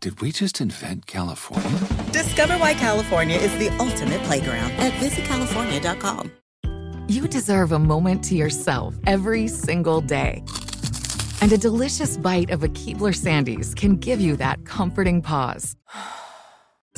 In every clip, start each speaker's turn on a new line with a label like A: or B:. A: Did we just invent California?
B: Discover why California is the ultimate playground at visitcalifornia.com.
C: You deserve a moment to yourself every single day. And a delicious bite of a Keebler Sandies can give you that comforting pause.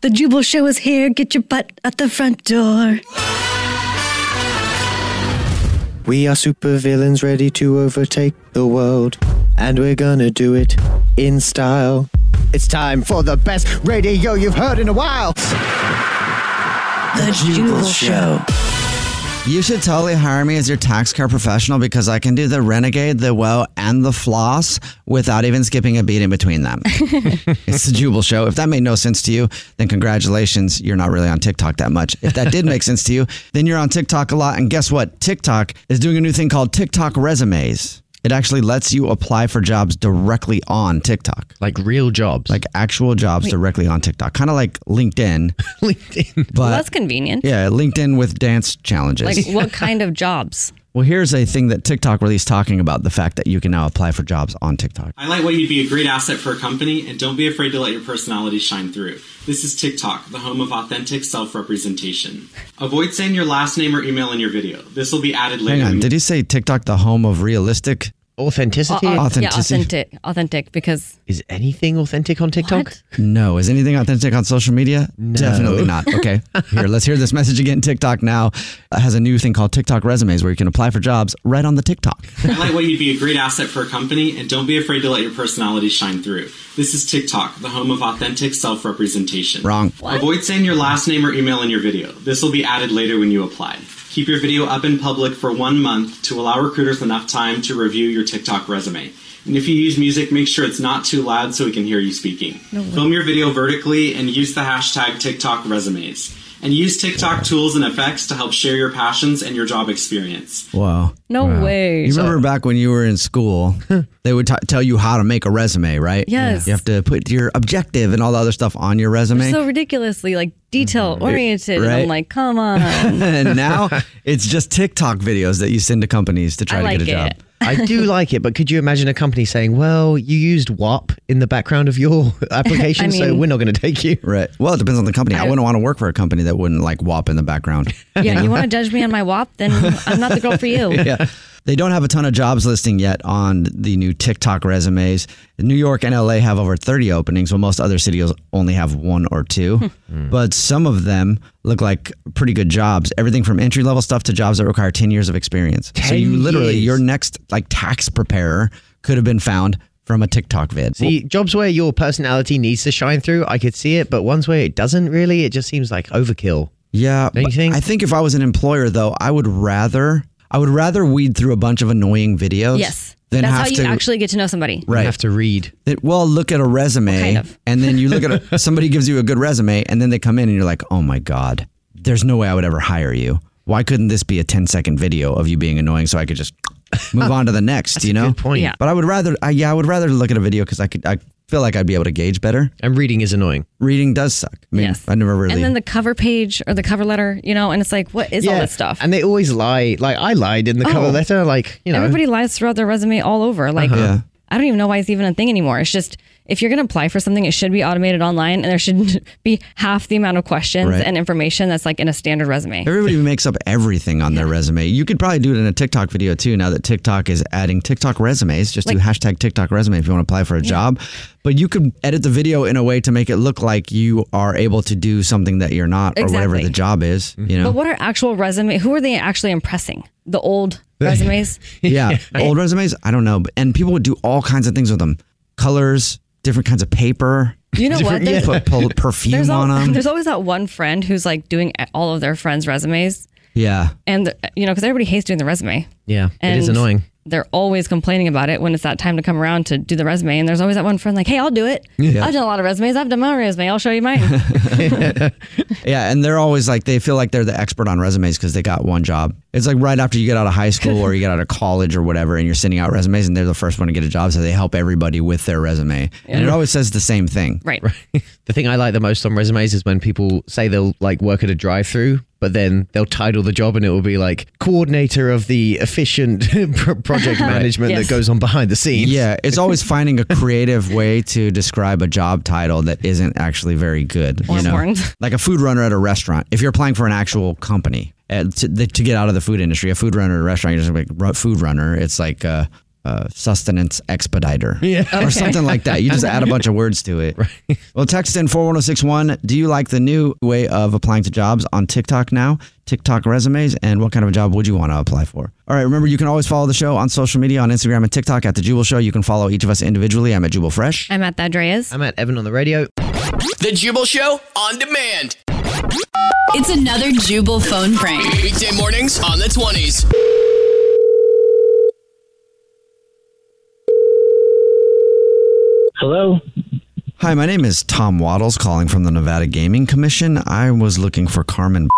D: The Jubal Show is here. Get your butt at the front door.
E: We are supervillains ready to overtake the world, and we're gonna do it in style. It's time for the best radio you've heard in a while.
D: The Jubal Show.
F: You should totally hire me as your tax care professional because I can do the renegade, the woe, and the floss without even skipping a beat in between them. it's the Jubal Show. If that made no sense to you, then congratulations, you're not really on TikTok that much. If that did make sense to you, then you're on TikTok a lot. And guess what? TikTok is doing a new thing called TikTok resumes. It actually lets you apply for jobs directly on TikTok,
G: Like real jobs.
F: like actual jobs directly on TikTok, kind of like LinkedIn,
G: LinkedIn.
F: but
H: Well, that's convenient.
F: yeah, LinkedIn with dance challenges.
H: Like, what kind of jobs?
F: Well, here's a thing that TikTok released talking about the fact that you can now apply for jobs on TikTok.
I: Highlight what you'd be a great asset for a company, and don't be afraid to let your personality shine through. This is TikTok, the home of authentic self representation. Avoid saying your last name or email in your video. This will be added later.
F: Hang on, did he say TikTok the home of realistic?
G: Authenticity.
H: Au- au- Uh, Yeah,
F: Authenticity.
H: authentic. Authentic, because
G: is anything authentic on TikTok?
H: What?
F: No. Is anything authentic on social media? Definitely not. Okay. Here, let's hear this message again. TikTok now has a new thing called TikTok resumes where you can apply for jobs right on the TikTok.
I: Highlight what you'd be a great asset for a company, and don't be afraid to let your personality shine through. This is TikTok, the home of authentic self representation.
F: Wrong.
I: Avoid saying your last name or email in your video. This will be added later when you apply. Keep your video up in public for one month to allow recruiters enough time to review your TikTok resume. And if you use music, make sure it's not too loud so we can hear you speaking. Film your video vertically and use the hashtag TikTok resumes. And use TikTok tools and effects to help share your passions and your job experience.
F: Wow.
H: no way.
F: You remember back when you were in school, they would t- tell you how to make a resume, right?
H: Yes.
F: You have to put your objective and all the other stuff on your resume.
H: so ridiculously like detail oriented. And
F: Right.
H: I'm like, come on.
F: and now it's just TikTok videos that you send to companies to try
H: I
F: to
H: like
F: get a job.
H: it.
G: I do like it, but could you imagine a company saying, well, you used WAP in the background of your application, so
H: mean-
G: we're not going to take you?
F: Right. Well, it depends on the company. I, wouldn't want to work for a company that wouldn't like WAP in the background.
H: Yeah, you want to judge me on my WAP? Then I'm not the girl for you.
F: yeah. They don't have a ton of jobs listing yet on the new TikTok resumes. New York and LA have over 30 openings, while most other cities only have one or
H: Hmm.
F: two.
G: Hmm.
F: but some of them look like pretty good jobs. Everything from entry level stuff to jobs that require 10 years of experience. So
G: 10
F: you literally,
G: years.
F: your next like tax preparer could have been found from a TikTok vid.
G: See, jobs where your personality needs to shine through, I could see it, but ones where it doesn't really, it just seems like overkill.
F: Yeah,
G: Don't you
F: but
G: think?
F: I think if I was an employer, though, I would rather I would rather weed through a bunch of annoying videos.
H: Yes.
F: than
H: That's
F: have
H: how you
F: to
H: actually get to know somebody.
G: You
F: right.
G: have to read.
F: that- well, look at a resume,
H: kind of?
F: and then you look at a, somebody gives you a good resume, and then they come in and you're like, oh my god, there's no way I would ever hire you. Why couldn't this be a 10 second video of you being annoying so I could just move on to the next? you know.
G: Good point.
H: Yeah.
F: But I would rather, I, yeah, I would rather look at a video because I could, I feel like I'd be able to gauge better.
G: And reading is annoying.
F: Reading does suck. I mean, I never really.
H: And then the cover page or the cover letter, you know, and it's like, what is all this stuff?
G: And they always lie. Like I lied in the cover
H: Oh.
G: letter. Like you know,
H: Everybody lies throughout their resume all over. Like,
G: Uh-huh. Yeah.
H: I don't even know why it's even a thing anymore. It's just if you're going to apply for something, it should be automated online, and there should be half the amount of questions
F: Right.
H: and information that's like in a standard resume.
F: Everybody makes up everything on their resume. You could probably do it in a TikTok video too. Now that TikTok is adding TikTok resumes, just do
H: Like-
F: hashtag TikTok resume if you want to apply for a job. But you could edit the video in a way to make it look like you are able to do something that you're not, or whatever
H: Exactly.
F: the job is. You know,
H: But what are actual resume? Who are they actually impressing? The old resumes.
F: yeah, old resumes. I don't know, but- and people would do all kinds of things with them: colors, different kinds of paper.
H: You know what?
F: Different-
H: There's-
F: Put pol- perfume
H: There's, al-
F: on them.
H: there's always that one friend who's like doing all of their friends' resumes,
F: Yeah,
H: and you know, because everybody hates doing the resume.
G: yeah, it is
H: And
G: annoying.
H: They're always complaining about it when it's that time to come around to do the resume. And there's always that one friend like, hey, I'll do it.
F: Yeah.
H: I've done a lot of resumes. I've done my own resume. I'll show you mine.
F: Yeah, and they're always like they feel like they're the expert on resumes because they got one job. It's like right after you get out of high school or you get out of college or whatever, and you're sending out resumes, and they're the first one to get a job, so they help everybody with their resume, and it
G: Yeah.
F: always says the same thing.
H: Right.
G: The thing I like the most on resumes is when people say they'll like work at a drive-through, but then they'll title the job and it will be like coordinator of the efficient pro- project management that goes on behind the scenes.
F: Yeah, it's always finding a creative way to describe a job title that isn't actually very good.
H: Or important.
F: Like a food runner at a restaurant. If you're applying for an actual company uh, to, the, to get out of the food industry, a food runner at a restaurant, you're just like "Ru- food runner. It's like a, uh sustenance expediter
G: Okay.
F: or something like that. You just add a bunch of words to it. Well, text in 41061. Do you like the new way of applying to jobs on TikTok now? TikTok resumes, and what kind of a job would you want to apply for? All right, remember, you can always follow the show on social media on Instagram and TikTok at The Jubal Show. You can follow each of us individually. I'm at Jubal Fresh.
H: I'm at that Dreas.
G: I'm at Evan on the radio.
J: The Jubal Show on demand.
K: It's another Jubal phone prank.
J: Weekday mornings on the 20s.
F: Hello. Hi, my name is Tom Waddles calling from the Nevada Gaming Commission. I was looking for Carmen.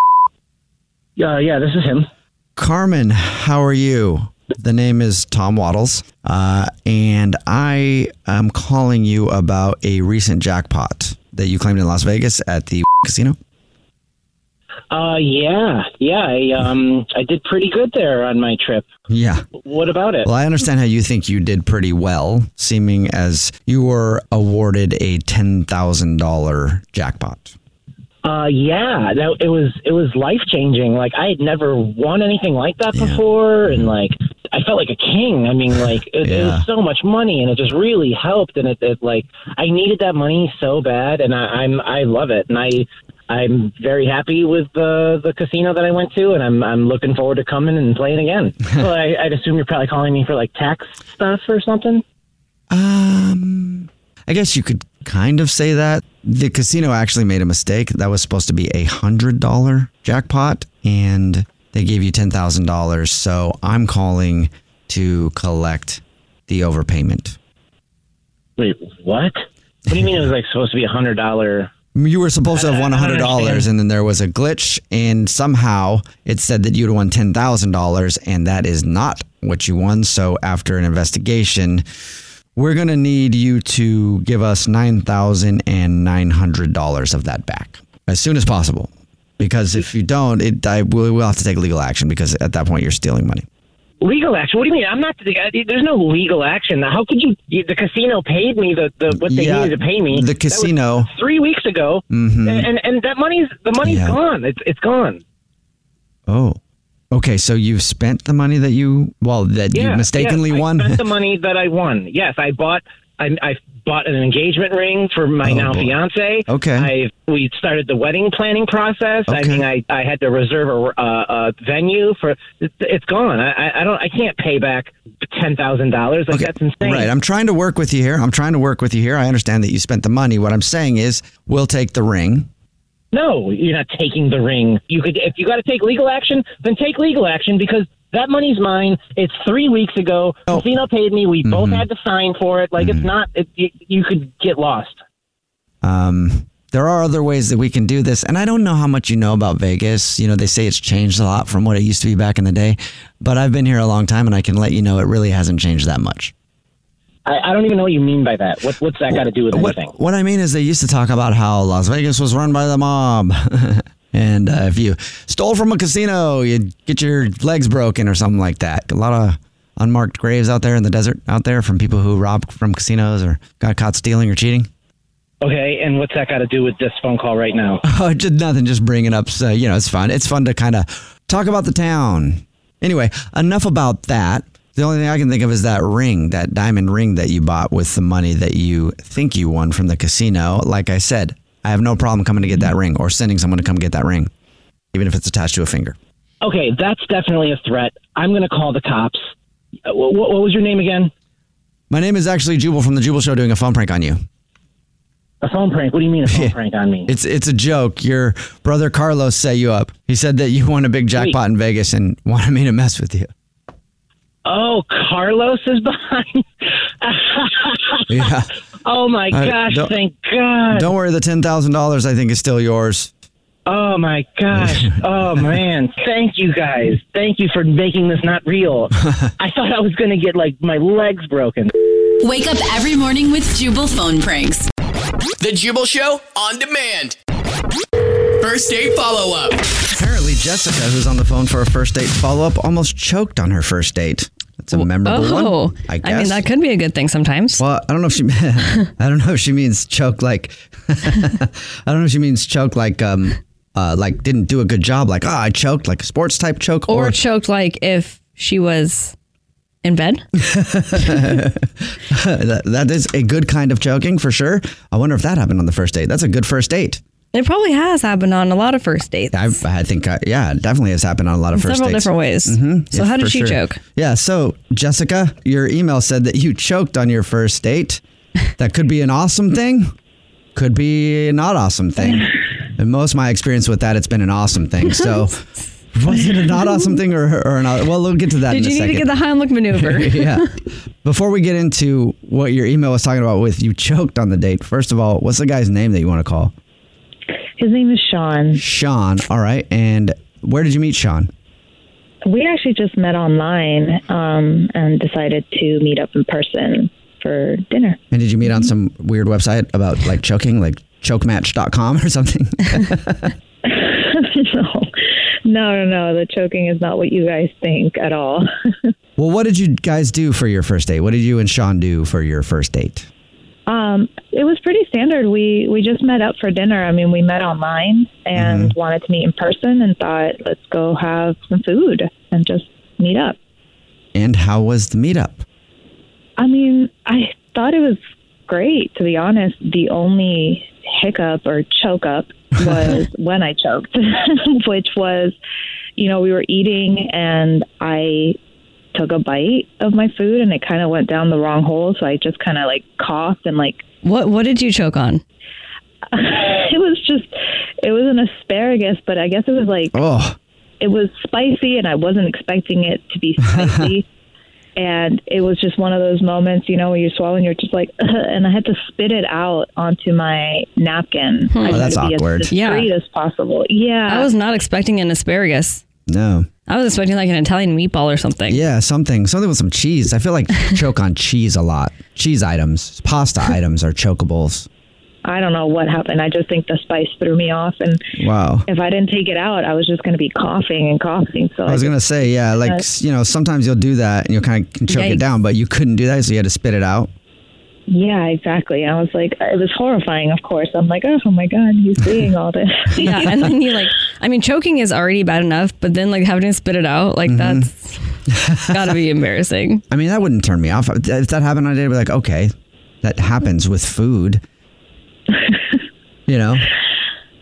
L: Uh, yeah, this is him.
F: Carmen, how are you? The name is Tom Waddles, uh, and I am calling you about a recent jackpot that you claimed in Las Vegas at the casino.
L: Uh, yeah, yeah. I um, I did pretty good there on my trip.
F: Yeah.
L: What about it?
F: Well, I understand how you think you did pretty well, seeming as you were awarded a $10,000 jackpot.
L: Uh, yeah. That it was it was life changing. Like I had never won anything like that before, and like I felt like a king. I mean, like it, it
F: Yeah.
L: was so much money, and it just really helped. And it, it like I needed that money so bad, and I, I'm I love it, and I. I'm very happy with the the casino that I went to, and I'm I'm looking forward to coming and playing again. well, I, I'd assume you're probably calling me for like tax stuff or something.
F: Um, I guess you could kind of say that. The casino actually made a mistake. That was supposed to be a $100 jackpot, and they gave you $10,000. So I'm calling to collect the overpayment.
L: Wait, what? What do you mean it was like supposed to be a hundred dollar?
F: You were supposed to have won hundred dollars, and then there was a glitch, and somehow it said that you'd won ten thousand dollars, and that is not what you won. So after an investigation, we're gonna need you to give us nine thousand and nine hundred dollars of that back as soon as possible, because if you don't, it I will we'll have to take legal action because at that point you're stealing money.
L: Legal action? What do you mean? I'm not. uh, There's no legal action. How could you? you the casino paid me the, the what they
F: Yeah,
L: needed to pay me.
F: the
L: That was
F: casino.
L: three weeks ago,
F: Mhm.
L: and and that money's the money's
F: Yeah.
L: gone. It's it's gone.
F: Oh, okay. So you've spent the money that you well that
L: Yeah,
F: you mistakenly
L: yes,
F: won.
L: I spent the money that I won. Yes, I bought. I, I bought an engagement ring for my
F: Oh,
L: now
F: boy.
L: fiance.
F: Okay.
L: I we started the wedding planning process. I
F: Okay.
L: mean, I, I had to reserve a, uh, a, a venue for. It, it's gone. I, I- I don't. I can't pay back ten thousand dollars. Like that's insane.
F: Right. I'm trying to work with you here. I'm trying to work with you here. I understand that you spent the money. What I'm saying is, we'll take the ring.
L: No, you're not taking the ring. You could, if you got to take legal action, then take legal action because that money's mine. It's three weeks ago.
F: Oh.
L: Casino paid me. We
F: Mm-hmm.
L: both had to sign for it. Like it's not. It, you, you could get lost.
F: Um, there are other ways that we can do this. And I don't know how much you know about Vegas. You know, they say it's changed a lot from what it used to be back in the day, but I've been here a long time and I can let you know it really hasn't changed that much.
L: I, I don't even know what you mean by that. What, what's that got to do with anything?
F: What I mean is, they used to talk about how Las Vegas was run by the mob. and uh, if you stole from a casino, you'd get your legs broken or something like that. A lot of unmarked graves out there in the desert, out there from people who robbed from casinos or got caught stealing or cheating.
L: Okay, and what's that got to do with this phone call right now?
F: Oh, just nothing. Just bringing up. So you know, it's fun. It's fun to kind of talk about the town. Anyway, enough about that. The only thing I can think of is that ring, that diamond ring that you bought with the money that you think you won from the casino. Like I said, I have no problem coming to get that ring or sending someone to come get that ring, even if it's attached to a finger.
L: Okay, that's definitely a threat. I'm going to call the cops. Uh, wh- wh- what was your name again?
F: My name is actually Jubal from the Jubal Show doing a phone prank on you.
L: A phone prank? What do you mean a phone prank on me?
F: It's it's a joke. Your brother Carlos set you up. He said that you won a big jackpot in Vegas and wanted me to mess with you.
L: Oh, Carlos is behind.
F: Yeah.
L: oh my
F: I-
L: gosh!
F: don't-
L: thank God.
F: Don't worry, the ten thousand dollars I think is still yours.
L: Oh my gosh. Oh man. Thank you guys. Thank you for making this not real. I thought I was going to get like my legs broken.
K: Wake up every morning with Jubal phone pranks.
M: The Jubal Show on demand. First date follow up.
F: Apparently, Jessica, who's on the phone for a first date follow up, almost choked on her first date. That's a memorable
H: Oh,
F: one. I guess.
H: mean that could be a good thing sometimes.
F: Well, I don't know if she. I don't know if she means choke like. I don't know if she means choke like um uh like didn't do a good job like ah I choked like a sports type choke
H: Or
F: or.
H: choked like if she was in bed.
F: that, that is a good kind of choking for sure. I wonder if that happened on the first date. That's a good first date.
H: It probably has happened on a lot of first dates.
F: I, I think, uh, yeah, it definitely has happened on a lot of
H: In
F: first
H: several
F: dates.
H: different ways.
F: Mhm.
H: So how did
F: for
H: she choke?
F: Yeah, so Jessica, your email said that you choked on your first date. That could be an awesome thing, could be a not awesome thing. In most of my experience with that, it's been an awesome thing. So was it a not awesome thing or, or not? Well, we'll get to that
H: Did
F: in a
H: you need
F: second.
H: to get the Heimlich maneuver?
F: yeah. Before we get into what your email was talking about with you choked on the date, first of all, what's the guy's name that you want to call?
N: His name is Sean.
F: Sean. All right. And where did you meet Sean?
N: We actually just met online um, and decided to meet up in person for dinner.
F: And did you meet on some weird website about like choking, like chokematch.com or something?
N: no, no, no, no. The choking is not what you guys think at all.
F: well, what did you guys do for your first date? What did you and Sean do for your first date?
N: Um, it was pretty standard. We we just met up for dinner. I mean, we met online and wanted to meet in person, and thought, let's go have some food and just meet up.
F: And how was the meetup?
N: I mean, I thought it was great, to be honest. The only hiccup or choke up was when I choked, which was, you know, we were eating and I took a bite of my food and it kind of went down the wrong hole. So I just kind of like coughed and like.
H: What What did you choke on?
N: it was just, it was an asparagus, but I guess it was like
F: Oh,
N: it was spicy and I wasn't expecting it to be spicy. and it was just one of those moments, you know, where you swallow and you're just like, and I had to spit it out onto my napkin. I
H: Oh,
N: tried
H: that's
N: to be
H: awkward.
N: As discreet
H: Yeah.
N: as possible. Yeah.
H: I was not expecting an asparagus.
F: No.
H: I was expecting like an Italian meatball or something.
F: Yeah, something. Something with some cheese. I feel like choke on cheese a lot. Cheese items, pasta items are chokables.
N: I don't know what happened. I just think the spice threw me off, and
F: Wow.
N: if I didn't take it out, I was just going to be coughing and coughing. So
F: I was gonna say, yeah, like
N: Yes.
F: you know, sometimes you'll do that and you'll kind of choke it
N: Yikes.
F: down, but you couldn't do that, so you had to spit it out.
N: yeah, exactly. I was like, it was horrifying. Of course, I'm like, oh my god, he's seeing all this.
H: yeah, and then you like, I mean, choking is already bad enough, but then like having to spit it out, like
F: Mm-hmm.
H: that's gotta be embarrassing.
F: I mean, that wouldn't turn me off. If that happened on a date, I'd be like, okay, that happens with food. you know,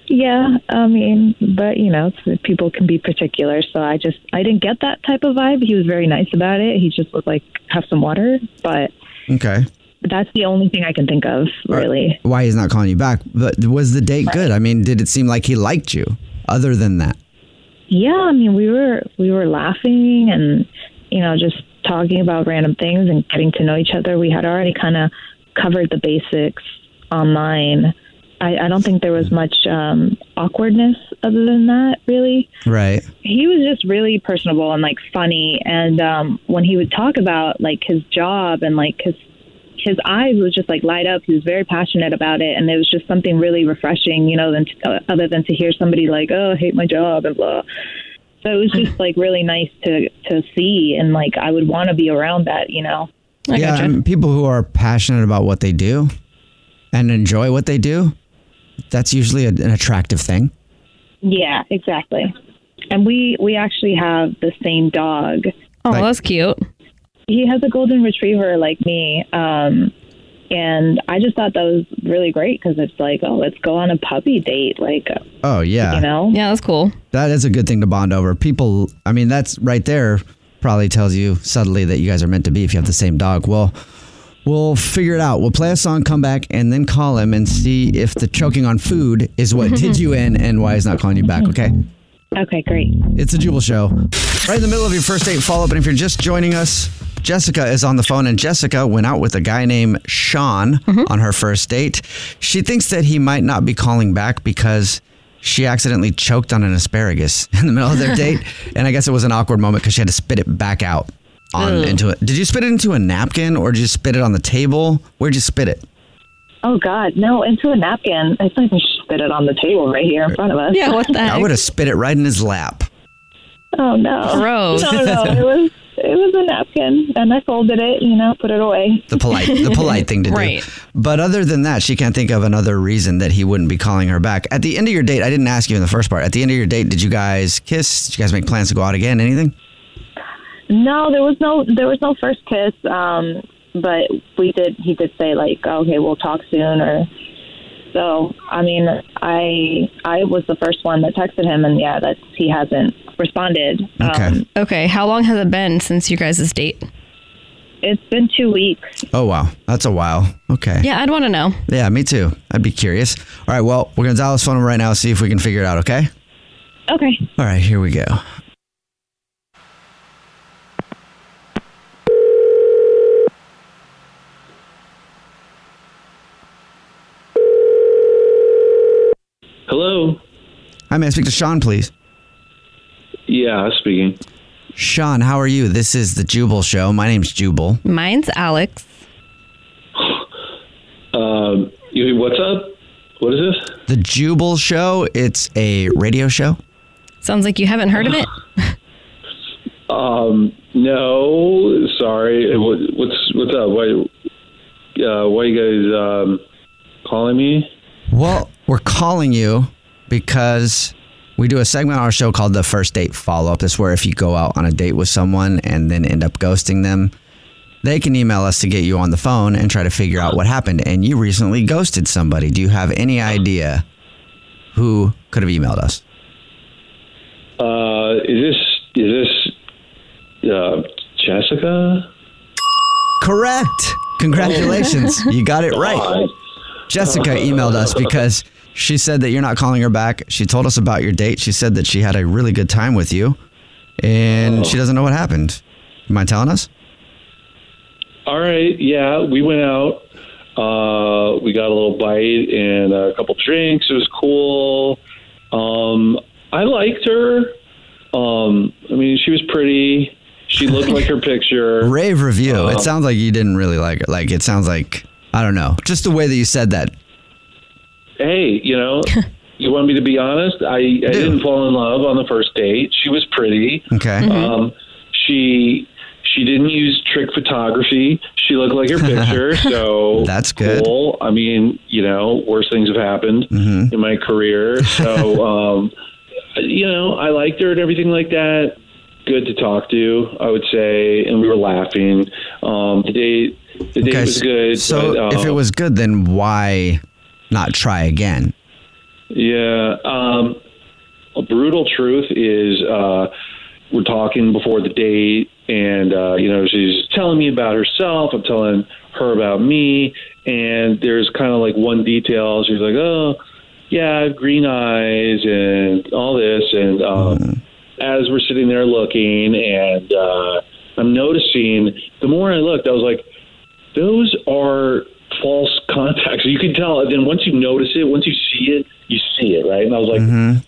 N: Yeah, I mean, but you know, it's- people can be particular. So I just, I didn't get that type of vibe. He was very nice about it. He just was like, have some water. But
F: okay.
N: that's the only thing I can think of, really.
F: Why he's not calling you back? But was the date good? I mean, did it seem like he liked you? Other than that,
N: Yeah, I mean, we were we were laughing and you know just talking about random things and getting to know each other. We had already kind of covered the basics online. I, I don't think there was much um, awkwardness other than that, really.
F: right?
N: he was just really personable and like funny and um when he would talk about like his job and like his his eyes was just like light up. He was very passionate about it, and it was just something really refreshing, you know, than to, uh, other than to hear somebody like, "Oh, I hate my job," and blah. So it was just like really nice to to see, and like I would want to be around that, you know.
F: yeah, and people who are passionate about what they do and enjoy what they do, that's usually a, an attractive thing.
N: Yeah, exactly. And we we actually have the same dog.
H: Oh, that's cute.
N: He has a golden retriever like me. Um and I just thought that was really great because it's like, oh, let's go on a puppy date. Like,
F: Oh yeah.
N: You know?
H: Yeah, that's cool.
F: That is a good thing to bond over. People, I mean, that's right there probably tells you subtly that you guys are meant to be if you have the same dog. Well, we'll figure it out. We'll play a song, come back, and then call him and see if the choking on food is what did you in and why he's not calling you back, okay?
N: okay, great.
F: It's a Jubal show. Right in the middle of your first date follow up, and if you're just joining us, Jessica is on the phone, and Jessica went out with a guy named Sean
N: Mm-hmm.
F: on her first date. She thinks that he might not be calling back because she accidentally choked on an asparagus in the middle of their date, and I guess it was an awkward moment because she had to spit it back out on
N: Ugh.
F: into it. Did you spit it into a napkin, or did you spit it on the table? Where'd you spit it?
N: Oh God, no, into a napkin. I think we should spit it on the table right here in front of us.
F: I would have spit it right in his lap.
N: Oh no.
F: Gross.
N: No, no, it was it was a napkin, and I folded it. You know, put it away.
F: the polite the polite thing to
N: Right.
F: do. But other than that, she can't think of another reason that he wouldn't be calling her back. At the end of your date, I didn't ask you in the first part. At the end of your date, did you guys kiss? Did you guys make plans to go out again? Anything?
N: No, there was no there was no first kiss. Um, but we did. He did say like, okay, we'll talk soon, or so. I mean, I I was the first one that texted him, and yeah, that's he hasn't responded.
F: Okay.
H: okay. How long has it been since you guys' date?
N: It's been two weeks.
F: Oh wow, that's a while. Okay.
H: Yeah, I'd want to know.
F: Yeah, me too. I'd be curious. All right, well, we're gonna dial his phone number right now. See if we can figure it out. Okay.
N: Okay.
F: All right, here we go.
O: Hello.
F: Hi, may I speak to Sean, please?
O: Yeah, speaking.
F: Sean, how are you? This is the Jubal Show. My name's Jubal.
H: Mine's Alex.
O: Um, you, what's up? What is this?
F: The Jubal Show. It's a radio show.
H: Sounds like you haven't heard of it.
O: Um, no, sorry. What, what's what's up? Why? Uh, why you guys um, calling me?
F: Well, we're calling you because we do a segment on our show called the first date follow up. That's where if you go out on a date with someone and then end up ghosting them, they can email us to get you on the phone and try to figure out what happened. And you recently ghosted somebody. Do you have any idea who could have emailed us?
O: Uh, is this is this uh, Jessica?
F: Correct. Congratulations. you got it right. Jessica emailed us because she said that you're not calling her back. She told us about your date. She said that she had a really good time with you and she doesn't know what happened. You mind telling us?
O: All right. Yeah, we went out. Uh, we got a little bite and a couple drinks. It was cool. Um, I liked her. Um, I mean, she was pretty. She looked like her picture.
F: Rave review.
O: Uh,
F: it sounds like you didn't really like it. Like it sounds like I don't know. Just the way that you said that.
O: Hey, you know, you want me to be honest? I, I didn't fall in love on the first date. She was pretty.
F: Okay.
O: Um, she she didn't use trick photography. She looked like her picture, so
F: that's good.
O: Cool. I mean, you know, worse things have happened
F: Mm-hmm.
O: in my career. So, um, you know, I liked her and everything like that. Good to talk to, I would say, and we were laughing. Um, the date, the date was good.
F: So
O: but, um,
F: if it was good, then why not try again?
O: Yeah. Um, a brutal truth is uh, we're talking before the date, and uh, you know she's telling me about herself. I'm telling her about me, and there's kind of like one detail. She's like, "Oh, yeah, I have green eyes and all this," and um, as we're sitting there looking, and uh, I'm noticing the more I looked, I was like, those are false contacts. You can tell. And then once you notice it, once you see it, you see it, right? And I was like,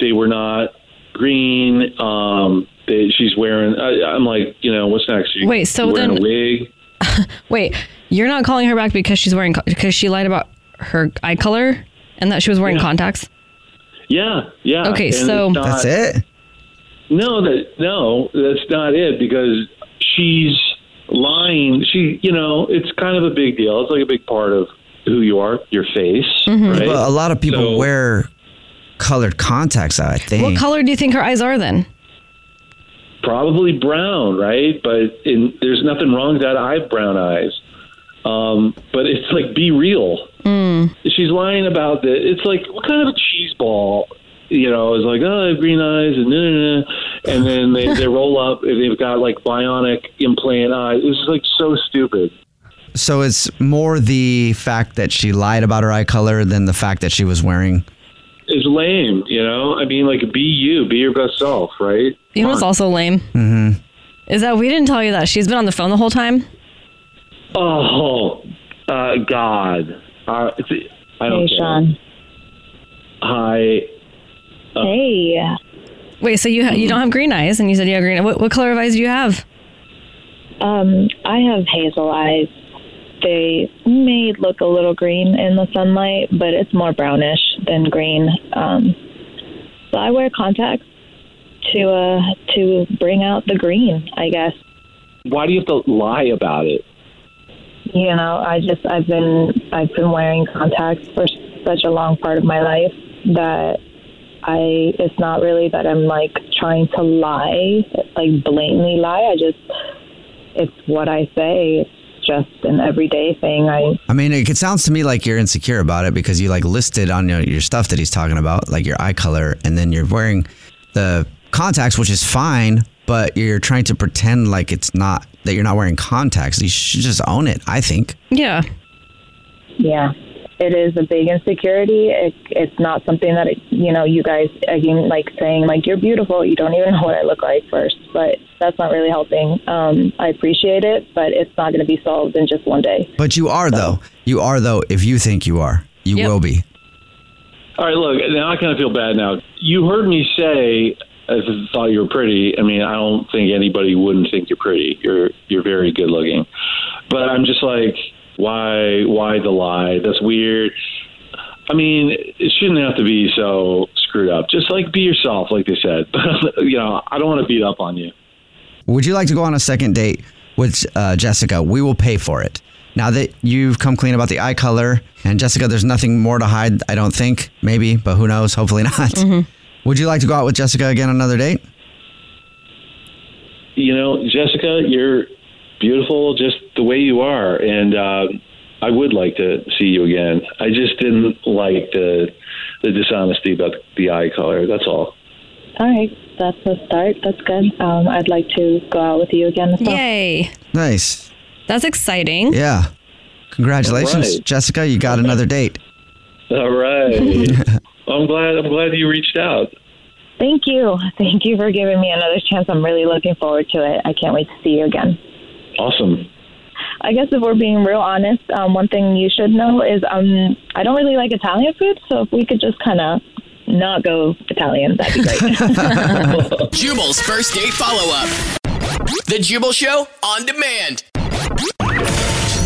O: they were not green. Um, they, she's wearing. I, I'm like, you know, what's next? She-
H: Wait, so
O: wearing
H: then-
O: a wig.
H: Wait, You're not calling her back because she's wearing because she lied about her eye color and that she was wearing
O: Yeah.
H: contacts.
O: Yeah, yeah.
H: Okay,
O: and
H: so-
O: it's not-
H: That's
F: it.
O: No, that no, that's not it because she's lying. She, you know, it's kind of a big deal. It's like a big part of who you are, your face,
H: Mm-hmm.
O: right?
F: Well, a lot of people wear colored contacts, I think.
H: What color do you think her eyes are then?
O: Probably brown, right? But in, there's nothing wrong with that. I have brown eyes. Um, but it's like be real.
H: Mm.
O: She's lying about the. It's like what kind of a cheese ball? You know, it's like oh, I have green eyes and nah, nah, nah. and then they, they roll up and they've got like bionic implant eyes. It's like so stupid.
F: So it's more the fact that she lied about her eye color than the fact that she was wearing.
O: It's lame. You know, I mean, like be you, be your best self, right?
H: You know what's also lame
F: Mm-hmm.
H: is that we didn't tell you that she's been on the phone the whole time.
O: Oh, uh, God. Uh, it's- I
H: Hey,
O: don't care.
H: Sean.
O: Hi. Uh,
H: hey. Wait, so you ha- you don't have green eyes, and you said you have green. What, what color of eyes do you have?
N: Um, I have hazel eyes. They may look a little green in the sunlight, but it's more brownish than green. Um, so I wear contacts to uh, to bring out the green, I guess.
O: Why do you have to lie about it?
N: You know, I just I've been I've been wearing contacts for such a long part of my life that I it's not really that I'm like trying to lie, like blatantly lie. I just it's what I say. It's just an everyday thing. I
F: I mean, it, it sounds to me like you're insecure about it because you like listed on your, your stuff that he's talking about, like your eye color, and then you're wearing the contacts, which is fine, but you're trying to pretend like it's not that you're not wearing contacts. You should just own it, I think.
H: Yeah.
N: Yeah, it is a big insecurity. It, it's not something that it, you know you guys again like saying like you're beautiful. You don't even know what I look like first, but that's not really helping. Um, I appreciate it, but it's not going to be solved in just one day.
F: But you are though. You are though. If you think you are, you will be.
O: All right, look, now I kind of feel bad now. You heard me say I thought you were pretty. I mean, I don't think anybody wouldn't think you're pretty. You're you're very good looking. But I'm just like, why why the lie? That's weird. I mean, it shouldn't have to be so screwed up. Just like be yourself, like they said. But you know, I don't want to beat up on you.
F: Would you like to go on a second date with uh, Jessica? We will pay for it. Now that you've come clean about the eye color, and Jessica, there's nothing more to hide, I don't think. Maybe, but who knows? Hopefully not. Would you like to go out with Jessica again on another date?
O: you know, Jessica, you're beautiful just the way you are, and uh, I would like to see you again. I just didn't like the the dishonesty about the eye color. That's all.
N: All right, that's a start. That's good. Um, I'd like to go out with you again. As well.
H: Yay!
F: Nice.
H: That's exciting.
F: Yeah. Congratulations,
O: Alright.
F: Jessica. You got another date.
O: All right. I'm glad. I'm glad you reached out.
N: Thank you. Thank you for giving me another chance. I'm really looking forward to it. I can't wait to see you again.
O: Awesome.
N: I guess if we're being real honest, um, one thing you should know is um, I don't really like Italian food. So if we could just kind of not go Italian, that'd be great.
M: Jubal's first date follow up. The Jubal Show on demand.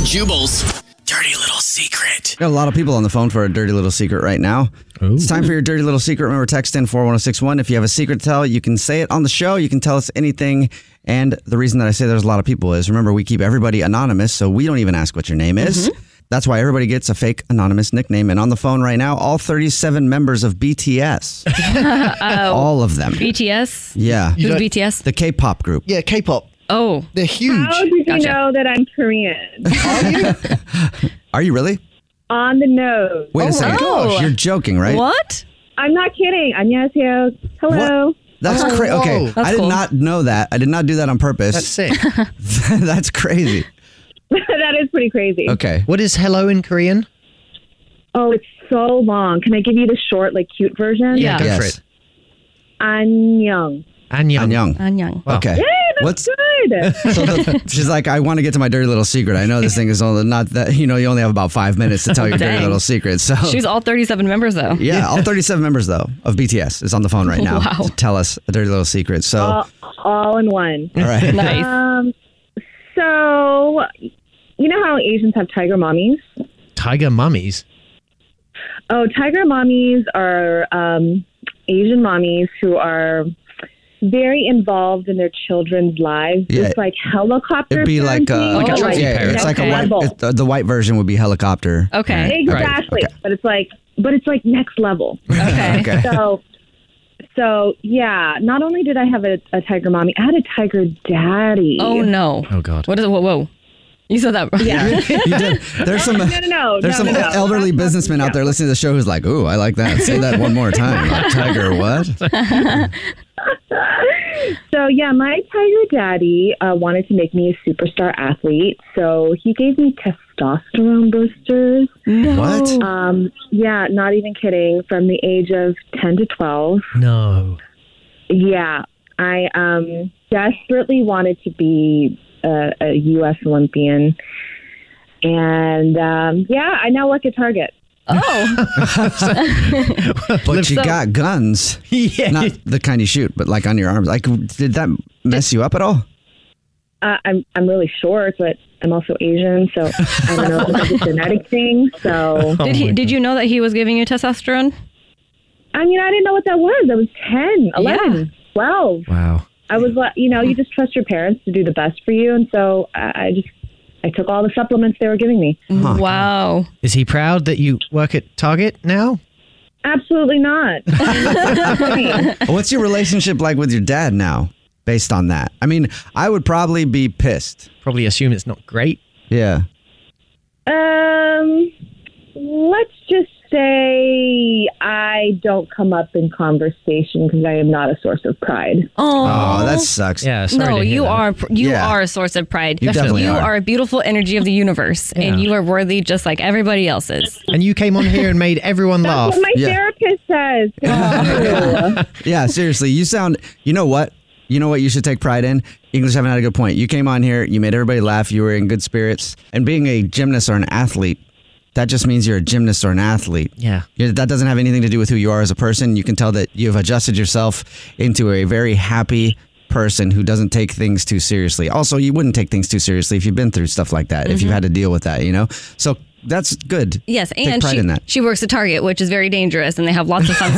M: Jubal's dirty little secret.
F: Got a lot of people on the phone for a dirty little secret right now. It's time for your dirty little secret. Remember, text in 41061. If you have a secret to tell, you can say it on the show. You can tell us anything. And the reason that I say there's a lot of people is remember, we keep everybody anonymous, so we don't even ask what your name is.
H: Mm-hmm.
F: That's why everybody gets a fake anonymous nickname. And on the phone right now, all 37 members of BTS.
H: Uh,
F: all of them.
H: BTS.
F: Yeah.
H: Who's BTS?
F: The K pop group. Yeah, K pop.
H: Oh,
F: they're huge.
P: How did you
F: Gotcha.
P: know that I'm Korean?
F: Are you really?
P: On the nose.
H: Oh
G: Oh,
F: Wait a second. You're joking, right?
P: What? I'm not kidding. 안녕하세요. Hello.
F: That's
G: Oh,
F: crazy. Okay, I did not know that. I did not do that on purpose.
P: That's sick.
F: That's crazy.
P: that is pretty crazy.
F: Okay.
G: What is hello in Korean?
P: Oh, it's so long. Can I give you the short, like, cute version?
G: go for it.
P: 안녕.
G: Anyang.
F: Anyang.
H: Anyang.
F: Okay.
P: Yay, that's
F: What's-
P: good.
F: So the- she's like, I want to get to my dirty little secret. I know this thing is only not that you know you only have about five minutes to tell your dirty
H: Dang.
F: little secret. So
H: She's all 37 members though.
F: yeah, all 37 members though of BTS is on the phone right now
H: Wow. Uh,
F: to tell us a dirty little secret. So
P: all, all in one.
F: All right. Nice.
P: Um, so you know how Asians have tiger mommies?
G: Tiger mummies.
P: Oh, tiger mommies are um, Asian mommies who are very involved in their children's lives.
F: Yeah.
P: It's like helicopter.
F: It'd be like uh, a,
P: parenting, Oh, but
F: yeah, it's like a
P: next level.
F: white. It's, uh, the white version would be helicopter.
P: Exactly. But it's like but it's like next level. Okay.
F: Okay.
P: So so yeah, not only did I have a, a tiger mommy, I had a tiger daddy.
H: Oh no!
G: Oh god!
H: What is it? Whoa, whoa! You said that.
P: Yeah.
F: you did. There's some.
P: No, no, no,
F: There's
P: Oh, no,
F: some
P: no, no.
F: elderly businessman out there listening to the show who's like, "Ooh, I like that. Say that one more time." Like, Tiger, what?
P: So yeah, my tiger daddy uh, wanted to make me a superstar athlete, so he gave me testosterone boosters.
G: What?
P: Um, yeah, not even kidding. From the age of ten to twelve.
G: No.
P: Yeah, I um, desperately wanted to be a, a U.S. Olympian, and um, yeah, I now work at Target. Oh,
F: But you got guns.
G: Yeah.
F: Not the kind you shoot, but like on your arms. Like, did that mess you up at all?
P: uh, I'm I'm really short, but I'm also Asian, so I don't know if it's a genetic thing. So
F: Oh
H: Did he? Did you know that he was giving you testosterone?
P: I mean, I didn't know what that was. I was 10, 11, 12.
G: Wow.
P: I was, like, you know, you just trust your parents to do the best for you, and so I I just I took all the supplements they were giving me.
F: Oh
H: wow.
G: Is he proud that you work at Target now?
P: Absolutely not.
F: What's your relationship like with your dad now? Based on that, I mean, I would probably be pissed.
G: Probably assume it's not great.
F: Yeah.
P: um, let's just say I don't come up in conversation because I am not a source of pride.
H: Oh,
F: that sucks.
G: Yeah.
H: no, you are pr- you
F: Yeah.
H: are a source of pride.
F: You definitely
H: You
F: are.
H: a beautiful energy of the universe, and
G: Yeah.
H: you are worthy just like everybody else is.
G: And you came on here and made everyone laugh.
P: That's what my therapist says.
F: yeah, seriously, you sound. You know what? You know what? You should take pride in. English haven't had a good point. You came on here, you made everybody laugh. You were in good spirits. And being a gymnast or an athlete, that just means you're a gymnast or an athlete.
G: Yeah.
F: You- That doesn't have anything to do with who you are as a person. You can tell that you've adjusted yourself into a very happy person who doesn't take things too seriously. Also, you wouldn't take things too seriously if you've been through stuff like that. If you've
H: Mhm.
F: had to deal with that, you know. So that's good.
H: Yes,
F: take
H: and
F: pride
H: she,
F: in that.
H: she works at Target, which is very dangerous, and they have lots of fun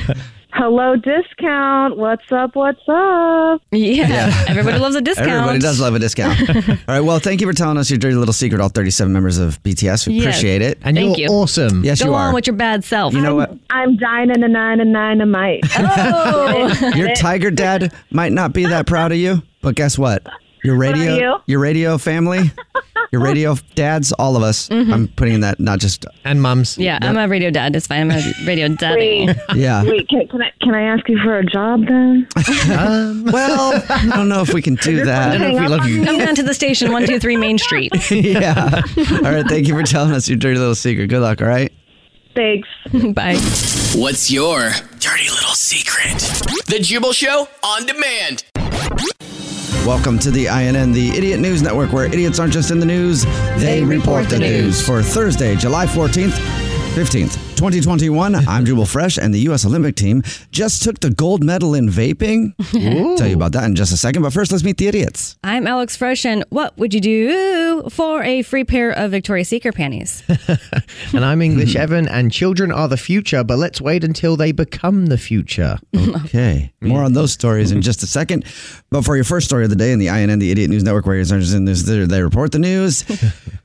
H: stuff.
P: Hello, discount. What's up? What's up?
H: Yeah. Everybody loves a discount.
F: Everybody does love a discount. all right. Well, thank you for telling us your dirty little secret, all 37 members of BTS. We
H: Yes.
F: appreciate it.
H: And Thank you're you.
G: awesome.
F: Yes,
H: Go
F: you
H: on
F: are.
H: with your bad self.
F: You know what?
P: I'm dying a nine and nine a mite. Oh,
F: Your tiger dad might not be that proud of you, but guess what? Your radio,
P: you?
F: your radio family, your radio dads, all of us.
H: Mhm.
F: I'm putting in that not just
G: and mums.
H: Yeah, I'm a radio dad. It's fine. I'm a radio daddy.
F: Yeah.
P: Wait, can, can I can I ask you for a job then?
F: well, I don't know if we can do that.
H: Come down to the station, 123 Main Street.
F: yeah. All right. Thank you for telling us your dirty little secret. Good luck. All right.
P: Thanks.
H: Bye.
M: What's your dirty little secret? The Jubal Show on demand.
F: Welcome to the INN, the Idiot News Network, where idiots aren't just in the news, they, report, the news. For Thursday, July 14th, 15th, 2021, I'm Jubal Fresh, and the U.S. Olympic team just took the gold medal in vaping.
H: Ooh.
F: Tell you about that in just a second, but first, let's meet the idiots.
H: I'm Alex Fresh, and what would you do for a free pair of Victoria's Secret panties?
G: and I'm English Evan, and children are the future, but let's wait until they become the future.
F: Okay. More on those stories in just a second. But for your first story of the day in the INN, the Idiot News Network, where you're in this, they report the news.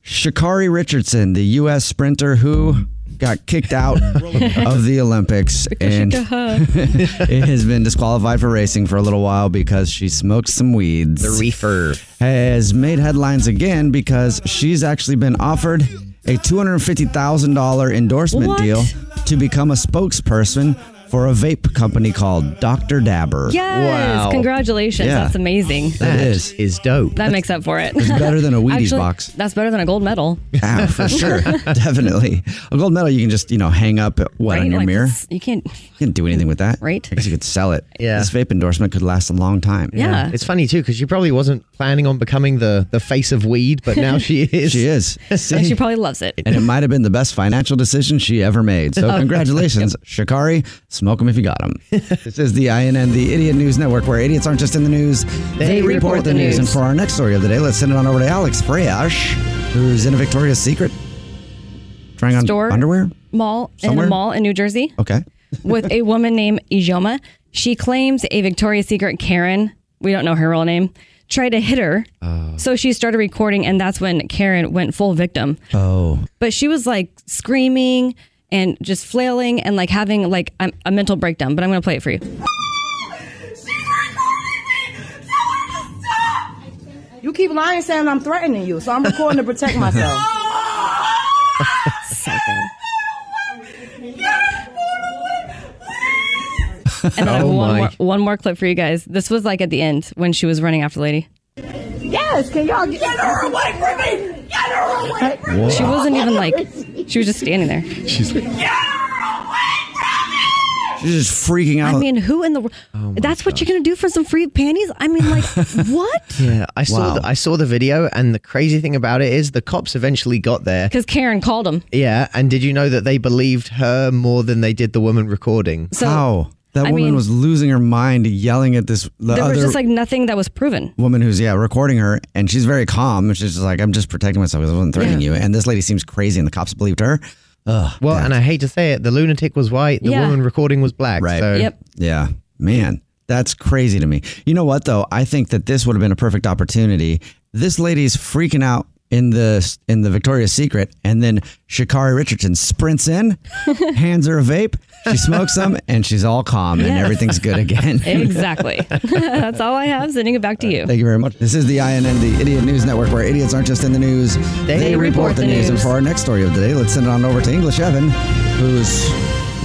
F: Shakari Richardson, the U.S. sprinter who got kicked out of the Olympics. and it has been disqualified for racing for a little while because she smoked some weeds. The
G: reefer
F: has made headlines again because she's actually been offered a $250,000 endorsement deal to become a spokesperson for a vape company called Dr. Dabber.
H: Yes. Congratulations.
F: Yeah.
H: That's amazing.
F: That is
G: is dope.
H: That makes up for it.
F: It's better than a Wheaties
H: Actually,
F: box.
H: That's better than a gold medal.
F: Ah, for sure, definitely. A gold medal you can just you know hang up what on your
H: Like,
F: mirror.
H: You can't.
F: You can't do anything with that,
H: right?
F: I guess you could sell it.
G: Yeah.
F: this vape endorsement could last a long time.
G: It's funny too because she probably wasn't planning on becoming the the face of weed, but now she is.
F: she is.
H: And she probably loves it.
F: and it might have been the best financial decision she ever made. So
H: Oh.
F: congratulations, Shakari. It's Smoke them if you got them. this is the INN, the Idiot News Network, where idiots aren't just in the news, they, report, the news. And for our next story of the day, let's send it on over to Alex Freyash, who's in a Victoria's Secret trying on
H: Store.
F: underwear.
H: Mall in
F: Somewhere?
H: a mall in New Jersey
F: Okay.
H: with a woman named Ijoma. She claims a Victoria's Secret Karen, we don't know her real name, tried to hit her. So she started recording, and that's when Karen went full victim.
F: Oh.
H: But she was like screaming and just flailing and like having like a, a mental breakdown. But I'm going to play it for you.
Q: You keep lying saying I'm threatening you, so I'm recording to protect myself.
H: And then I have
Q: Oh
H: one
Q: my.
H: more, one more clip for you guys. This was like at the end when she was running after the lady.
Q: Yes, can y'all get, her away from me? Get her away from me!
H: She wasn't even like, she was just standing there.
F: She's like, She's just freaking out.
H: I mean, who in the world?
G: Oh
H: That's what you're going to do for some free panties? I mean, like, what?
G: Yeah, I saw
H: Wow.
G: the, I saw the video, and the crazy thing about it is the cops eventually got there.
H: Because Karen called him.
G: Yeah, and did you know that they believed her more than they did the woman recording?
H: So-
F: How? That
H: I
F: woman
H: mean-
F: was losing her mind yelling at this the
H: there
F: other
H: was just like nothing that was proven.
F: woman who's, yeah, recording her. And she's very calm. and She's just like, I'm just protecting myself. I wasn't threatening you. And this lady seems crazy, and the cops believed her. Ugh, well,
G: and I hate to say it, the lunatic was white, the
F: Yeah.
G: woman recording was black.
F: Right.
G: So
F: Yeah. Man, that's crazy to me. You know what though? I think that this would have been a perfect opportunity. This lady's freaking out in the in the Victoria's Secret, and then Shakari Richardson sprints in, hands her a vape, she smokes them, and she's all calm and
H: Yes.
F: everything's good again.
H: Exactly. That's all I have. Sending it back to you.
F: Thank you very much. This is the INN, the Idiot News Network, where idiots aren't just in the news,
H: They report the
F: And
H: news.
F: for our next story of the day, let's send it on over to English Evan, who's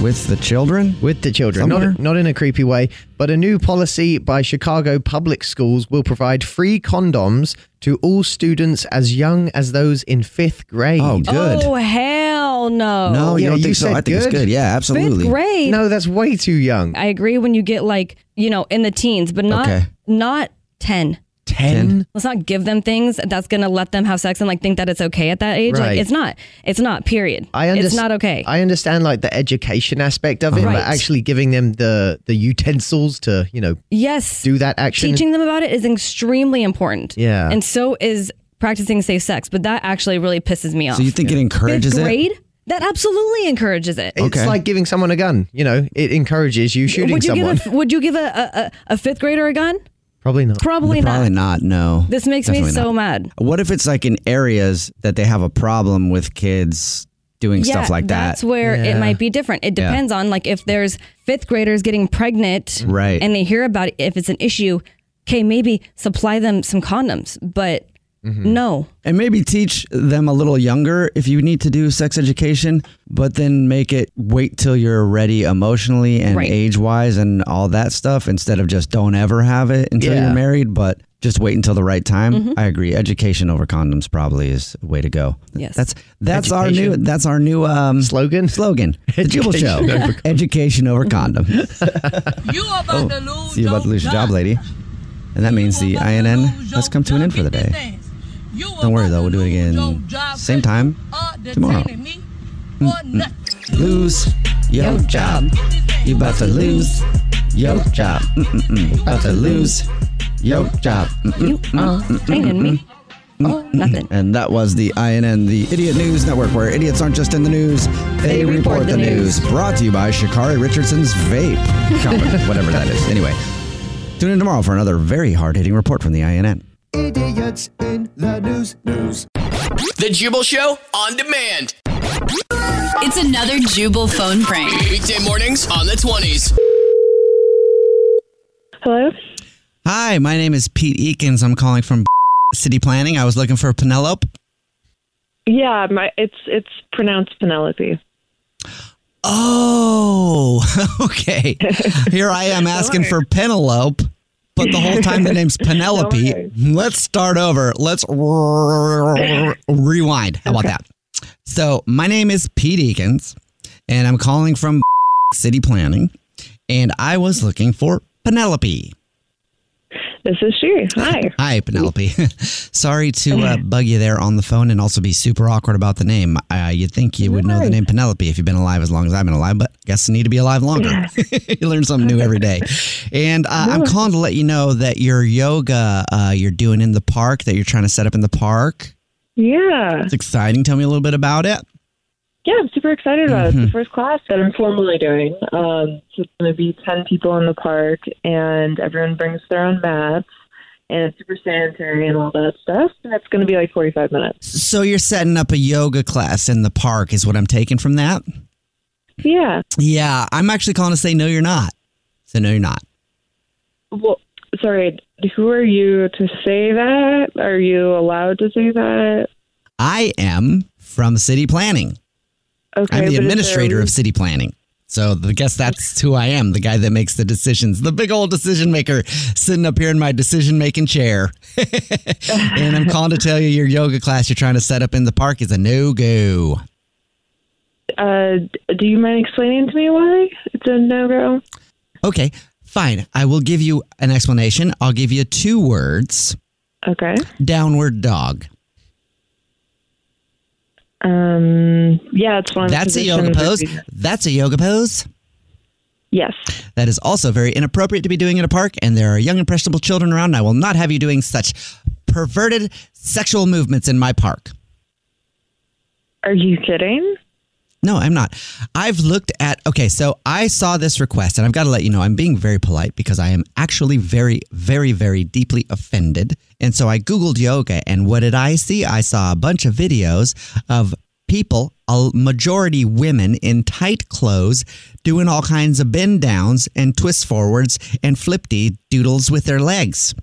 F: with the children.
G: With the children,
F: Somewhere.
G: not, not in a creepy way, but a new policy by Chicago public schools will provide free condoms to all students as young as those in fifth grade. Oh,
H: Oh, hell no.
G: No, you Yeah, don't think you so. I said think it's good. good. Yeah, absolutely.
H: Fifth grade.
G: No, that's way too young.
H: I agree when you get like, you know, in the teens, but not
G: Okay.
H: not 10.
G: 10?
H: Let's not give them things that's going to let them have sex and like think that it's okay at that age. Like
G: Right.
H: it's not. It's not, period.
G: I understand.
H: It's not okay.
G: I understand like the education aspect of it,
H: Right.
G: but actually giving them the the utensils to you know
H: yes
G: do that action.
H: Teaching them about it is extremely important.
G: Yeah.
H: And so is practicing safe sex, but that actually really pisses me off.
G: So you think it
H: Fifth
G: encourages it?
H: grade? That absolutely encourages it.
G: It's like giving someone a gun. You know, it encourages you shooting
H: would you
G: someone.
H: give a, would you give a, a, a- a fifth grader a gun?
G: probably not.
H: Probably not.
F: Probably not. No.
H: This makes me
F: Definitely
H: so
F: not.
H: mad.
F: What if it's like in areas that they have a problem with kids doing
H: yeah,
F: stuff like that?
H: That's where it might be different. It
F: Yeah.
H: depends on like if there's fifth graders getting pregnant,
F: Right.
H: And they hear about it, if it's an issue. Okay, maybe supply them some condoms, but
F: Mm-hmm.
H: no.
F: And maybe teach them a little younger if you need to do sex education, but then make it wait till you're ready emotionally and
H: Right.
F: age wise and all that stuff instead of just don't ever have it until
G: Yeah.
F: you're married, but just wait until the right time.
H: Mm-hmm.
G: Mhm.
F: I agree. Education over condoms probably is the way to go.
H: Yes.
F: That's that's our new
G: Education.
F: that's our new um,
G: slogan.
F: Slogan. The Jubal Show.
G: Education over
F: education over condom. Oh, See you about to lose your job, lady. And that means the INN has come to an end for the day. Don't worry though, we'll do it again same time tomorrow. Mm-mm. Lose your job. You about to lose your job. Mm-mm-mm. About to lose your job. You
H: are training me. Oh, nothing.
F: And that was the INN, the Idiot News Network, where idiots aren't just in the news, they, report, the, news. Brought to you by Shakari Richardson's Vape Company, whatever that is. Anyway, tune in tomorrow for another very hard hitting report from the INN.
M: Idiots in the news. News. The Jubal Show on demand.
K: It's another Jubal phone prank.
M: Weekday mornings on the 20s.
F: Hello. Hi, my name is Pete Eakins. I'm calling from City Planning. I was looking for Penelope.
R: Yeah, my it's it's pronounced Penelope.
F: Oh, okay. Here I am asking for Penelope, but the whole time the name's Penelope. Let's start over. Let's rewind. How about that? So, my name is Pete Eakins, and I'm calling from City Planning, and I was looking for Penelope.
R: This is she. Hi.
F: Hi, Penelope. Sorry to uh, bug you there on the phone and also be super awkward about the name. Uh, you'd think you would know the name Penelope if you've been alive as long as I've been alive, but guess you need to be alive longer. you learn something new every day. And uh, I'm calling to let you know that your yoga uh, you're doing in the park, that you're trying to set up in the park.
R: Yeah.
F: It's exciting. Tell me a little bit about it.
R: Yeah, I'm super excited about it. It's the first class that I'm formally doing. Um, so it's going to be 10 people in the park, and everyone brings their own mats, and it's super sanitary and all that stuff. And it's going to be like 45 minutes.
F: So you're setting up a yoga class in the park, is what I'm taking from that.
R: Yeah.
F: Yeah, I'm actually calling to say no, you're not. So no, you're not.
R: Well, sorry, who are you to say that? Are you allowed to say that?
F: I am from city planning.
R: Okay.
F: I'm
R: but is
F: the
R: there a
F: administrator of
R: reason-
F: city planning. So I guess that's who I am, the guy that makes the decisions, the big old decision maker sitting up here in my decision making chair. and I'm calling to tell you your yoga class you're trying to set up in the park is a no go.
R: Uh, do you mind explaining to me why it's a no go?
F: Okay, fine. I will give you an explanation. I'll give you two words.
R: Okay.
F: Downward dog.
R: Um, yeah, it's one of the
F: That's a yoga
R: positions that
F: pose.
R: we-
F: That's a yoga pose.
R: Yes.
F: That is also very inappropriate to be doing in a park, and there are young, impressionable children around, and I will not have you doing such perverted sexual movements in my park.
R: Are you kidding?
F: No, I'm not. I've looked at, okay, so I saw this request, and I've got to let you know I'm being very polite because I am actually very, very, very deeply offended. And so I Googled yoga, and what did I see? I saw a bunch of videos of people, a majority women in tight clothes, doing all kinds of bend downs and twist forwards and flippy doodles with their legs.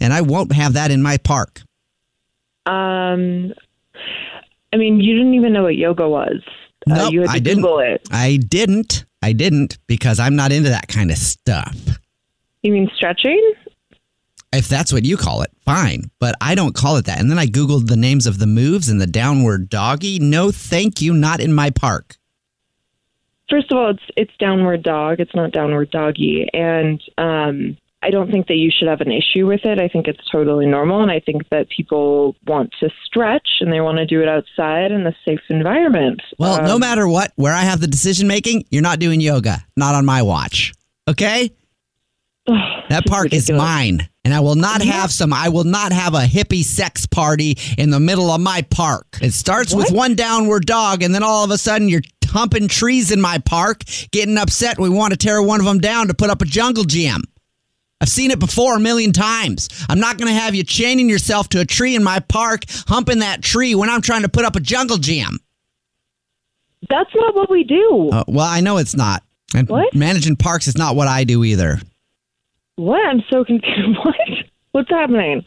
F: And I won't have that in my park.
R: Um, I mean, you didn't even know what yoga was. Uh,
F: No,
R: you had to
F: I didn't.
R: Google it.
F: I didn't. I didn't because I'm not into that kind of stuff.
R: You mean stretching?
F: If that's what you call it, fine. But I don't call it that. And then I Googled the names of the moves and the downward doggy. No, thank you. Not in my park.
R: First of all, it's it's downward dog. It's not downward doggy, and um, I don't think that you should have an issue with it. I think it's totally normal, and I think that people want to stretch and they want to do it outside in a safe environment.
F: Well, no
R: Um,
F: matter what, where I have the decision making, you're not doing yoga. Not on my watch. Okay? that park is mine. And I will not have some, I will not have a hippie sex party in the middle of my park. It starts with one downward dog, and then all of a sudden you're humping trees in my park, getting upset. We want to tear one of them down to put up a jungle gym. I've seen it before a million times. I'm not going to have you chaining yourself to a tree in my park, humping that tree when I'm trying to put up a jungle gym.
R: That's not what we do.
F: Uh, well, I know it's not. And managing parks is not what I do either.
R: What? I'm so confused. What? What's happening?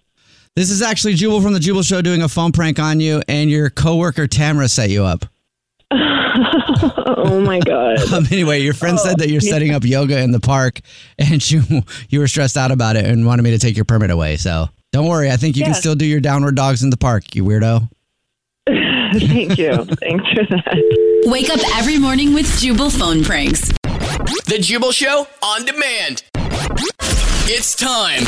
F: This is actually Jubal from the Jubal Show doing a phone prank on you, and your coworker Tamara set you up.
R: oh my god! Oh,
F: Um, anyway, your friend said that you're
R: yeah.
F: setting up yoga in the park, and you you were stressed out about it and wanted me to take your permit away. So don't worry, I think you can
R: Yes.
F: still do your downward dogs in the park, you weirdo.
R: Thank you. Thanks for that.
K: Wake up every morning with Jubal phone pranks.
M: The Jubal Show on demand. It's time.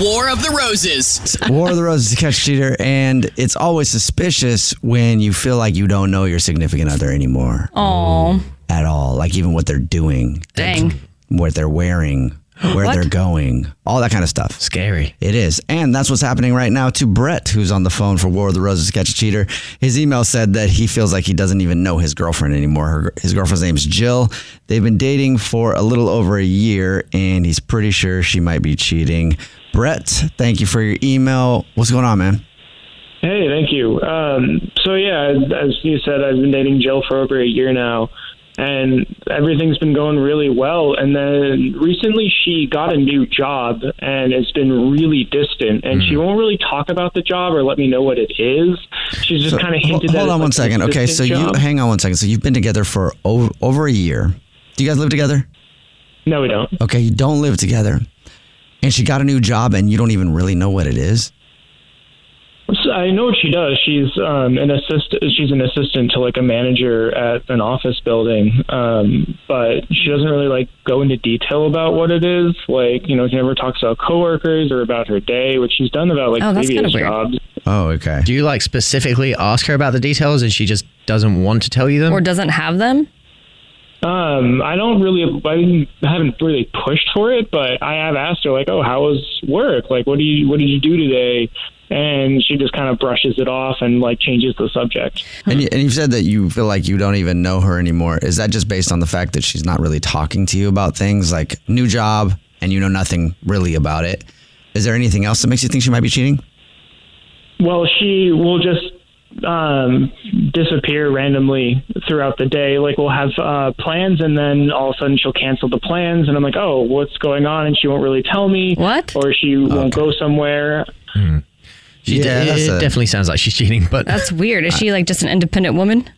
M: War of the Roses.
F: War of the Roses, catch cheater, and it's always suspicious when you feel like you don't know your significant other anymore
H: Oh,
F: at all, like even what they're doing.
H: dang.
F: what they're wearing, where
H: What?
F: they're going, all that kind of stuff. Scary. It is. And that's what's happening right now to Brett, who's on the phone for War of the Roses Catch a Cheater. His email said that he feels like he doesn't even know his girlfriend anymore. Her, his girlfriend's name's Jill. They've been dating for a little over a year, and he's pretty sure she might be cheating. Brett, thank you for your email. What's going on, man?
S: Hey, thank you. Um, so yeah, as you said, I've been dating Jill for over a year now, and everything's been going really well. And then recently, she got a new job, and it's been really distant. And
F: Hmm.
S: she won't really talk about the job or let me know what it is. She's just
F: So,
S: kind of
F: hol-
S: hinted. that
F: Hold
S: it's
F: on
S: like
F: one
S: a
F: second. Okay, so
S: distant job.
F: you hang on one second. So you've been together for over, over a year. Do you guys live together?
S: No, we don't.
F: Okay, you don't live together. And she got a new job and you don't even really know what it is?
S: So I know what she does. She's um, an assist. She's an assistant to like a manager at an office building, um, but she doesn't really like go into detail about what it is. Like you know, she never talks about coworkers or about her day, which she's done about like
H: Oh, that's
S: previous
H: kinda weird.
S: jobs.
F: Oh, okay.
G: Do you like specifically ask her about the details and she just doesn't want to tell you them?
H: or doesn't have them.
S: Um, I don't really. I didn't- haven't really pushed for it, but I have asked her like, "Oh, how was work? Like, what do you what did you do today?" And she just kind of brushes it off and like changes the subject.
F: And, you, and you've said that you feel like you don't even know her anymore. Is that just based on the fact that she's not really talking to you about things like new job and you know nothing really about it? Is there anything else that makes you think she might be cheating?
S: Well, she will just um, disappear randomly throughout the day. Like we'll have uh, plans, and then all of a sudden she'll cancel the plans, and I'm like, "Oh, what's going on?" And she won't really tell me. What? Or she won't go somewhere.
G: She
S: Yeah,
G: de-
S: that's
G: it
S: a-
G: definitely sounds like she's cheating, but
H: That's weird.
F: Uh,
H: Is she like just an independent woman?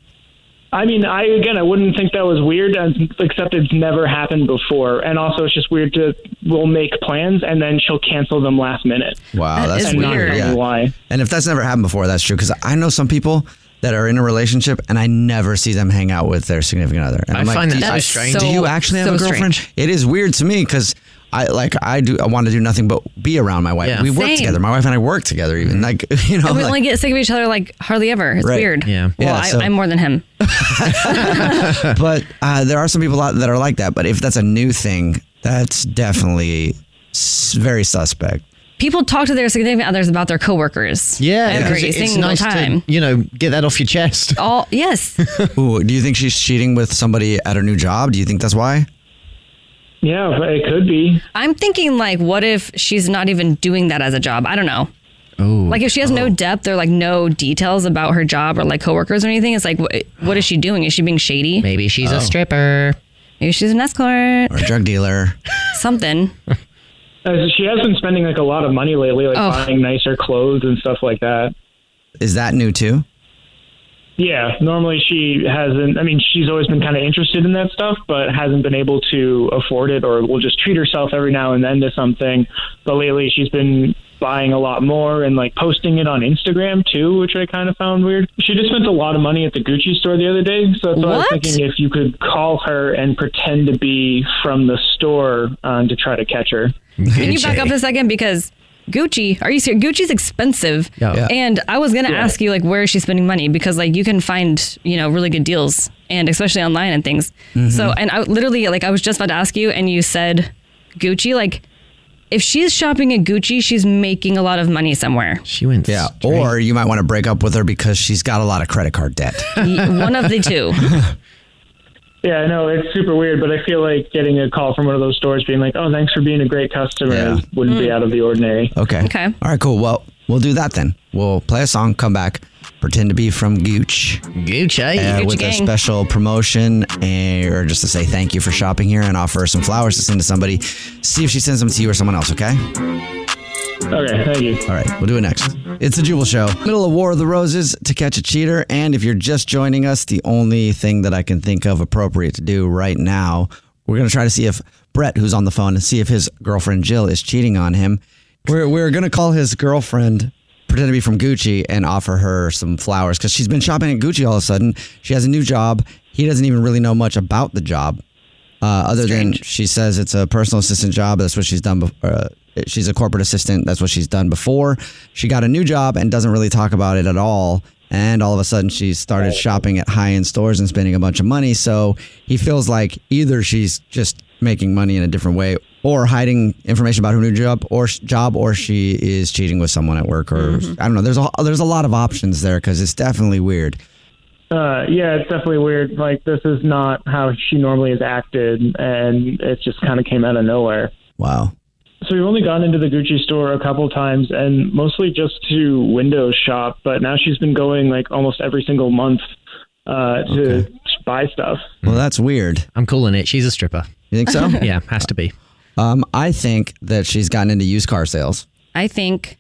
S: I mean, I again, I wouldn't think that was weird, uh, except it's never happened before. And also, it's just weird to we'll make plans and then she'll cancel them last minute.
F: Wow, that's
S: and not
F: weird.
S: tell me
F: Yeah.
S: Why?
F: And if that's never happened before, that's true. Because I know some people that are in a relationship and I never see them hang out with their significant other. And
G: I
F: I'm like,
G: find
F: do
G: that
F: you-
G: so strange.
F: Do you actually have
G: So
F: a girlfriend?
G: strange.
F: It is weird to me because I like I do. I want to do nothing but be around my wife.
H: Yeah.
F: We work
H: Same.
F: together. My wife and I work together.
G: Mm-hmm.
F: Even like you know,
H: and we
F: like-
H: only get sick of each other like hardly ever. It's
F: Right.
H: weird.
F: Yeah.
H: Well,
F: Yeah,
H: I,
F: so-
H: I'm more than him.
F: but uh, there are some people out that are like that. But if that's a new thing, that's definitely s- very suspect.
H: People talk to their significant others about their coworkers.
G: Yeah,
H: every
G: 'cause it- it's
H: single
G: nice
H: time.
G: to you know get that off your chest.
H: All yes,
F: Ooh, do you think she's cheating with somebody at her new job? Do you think that's why?
S: Yeah, it could be.
H: I'm thinking like, what if she's not even doing that as a job? I don't know.
G: Oh,
H: Like if she has no depth or like no details about her job or like coworkers or anything, it's like, what, what is she doing? Is she being shady?
G: Maybe she's a Oh.
H: stripper. Maybe she's an escort.
F: Or a drug dealer.
H: Something.
S: Uh, she has been spending like a lot of money lately, like
H: Oh.
S: buying nicer clothes and stuff like that.
F: Is that new too?
S: Yeah, normally she hasn't. I mean, she's always been kind of interested in that stuff, but hasn't been able to afford it, or will just treat herself every now and then to something. But lately, she's been buying a lot more and like posting it on Instagram too, which I kind of found weird. She just spent a lot of money at the Gucci store the other day, so that's why I was
H: What?
S: thinking if you could call her and pretend to be from the store um, to try to catch her.
H: Can you back up a second because Gucci, are you serious? Gucci's expensive.
S: Yeah. Yeah.
H: And I was gonna
S: Yeah.
H: ask you like where is she spending money because like you can find you know really good deals and especially online and things.
F: Mm-hmm.
T: Mhm.
H: So and I literally like I was just about to ask you and you said Gucci like if she's shopping at Gucci she's making a lot of money somewhere.
G: She went.
F: Yeah. Or you might want to break up with her because she's got a lot of credit card debt.
H: One of the two.
S: Yeah, I know it's super weird, but I feel like getting a call from one of those stores being like, "Oh, thanks for being a great customer," wouldn't be out of the ordinary.
F: Okay.
S: Okay.
F: All right, cool. Well, we'll do that then. We'll play a song, come back, pretend to be from Gooch.
G: Gooch,
F: uh,
G: Gucci
F: With a
G: gang.
F: special promotion, eh, or just to say thank you for shopping here and offer some flowers to send to somebody. See if she sends them to you or someone else, okay?
S: Okay, thank you.
F: All right, we'll do it next. It's the Jubal Show. Middle of War of the Roses to catch a cheater. And if you're just joining us, the only thing that I can think of appropriate to do right now, we're going to try to see if Brett, who's on the phone, and see if his girlfriend Jill is cheating on him. We're, we're going to call his girlfriend, pretend to be from Gucci, and offer her some flowers because she's been shopping at Gucci all of a sudden. She has a new job. He doesn't even really know much about the job. Uh, other than she says it's a personal assistant job. That's what she's done. Before, uh, she's a corporate assistant. That's what she's done before. She got a new job and doesn't really talk about it at all. And all of a sudden, she started shopping at high end stores and spending a bunch of money. So he feels like either she's just making money in a different way, or hiding information about her new job, or job, or she is cheating with someone at work, or I don't know. There's a there's a lot of options there because it's definitely weird.
S: Uh, yeah, it's definitely weird. Like this is not how she normally has acted, and it just kind of came out of nowhere.
F: Wow.
S: So we've only gone into the Gucci store a couple times, and mostly just to window shop. But now she's been going like almost every single month uh, to buy stuff.
F: Well, that's weird.
G: I'm calling it. She's a stripper.
F: You think so?
G: yeah, has to be.
F: Um, I think that she's gotten into used car sales.
H: I think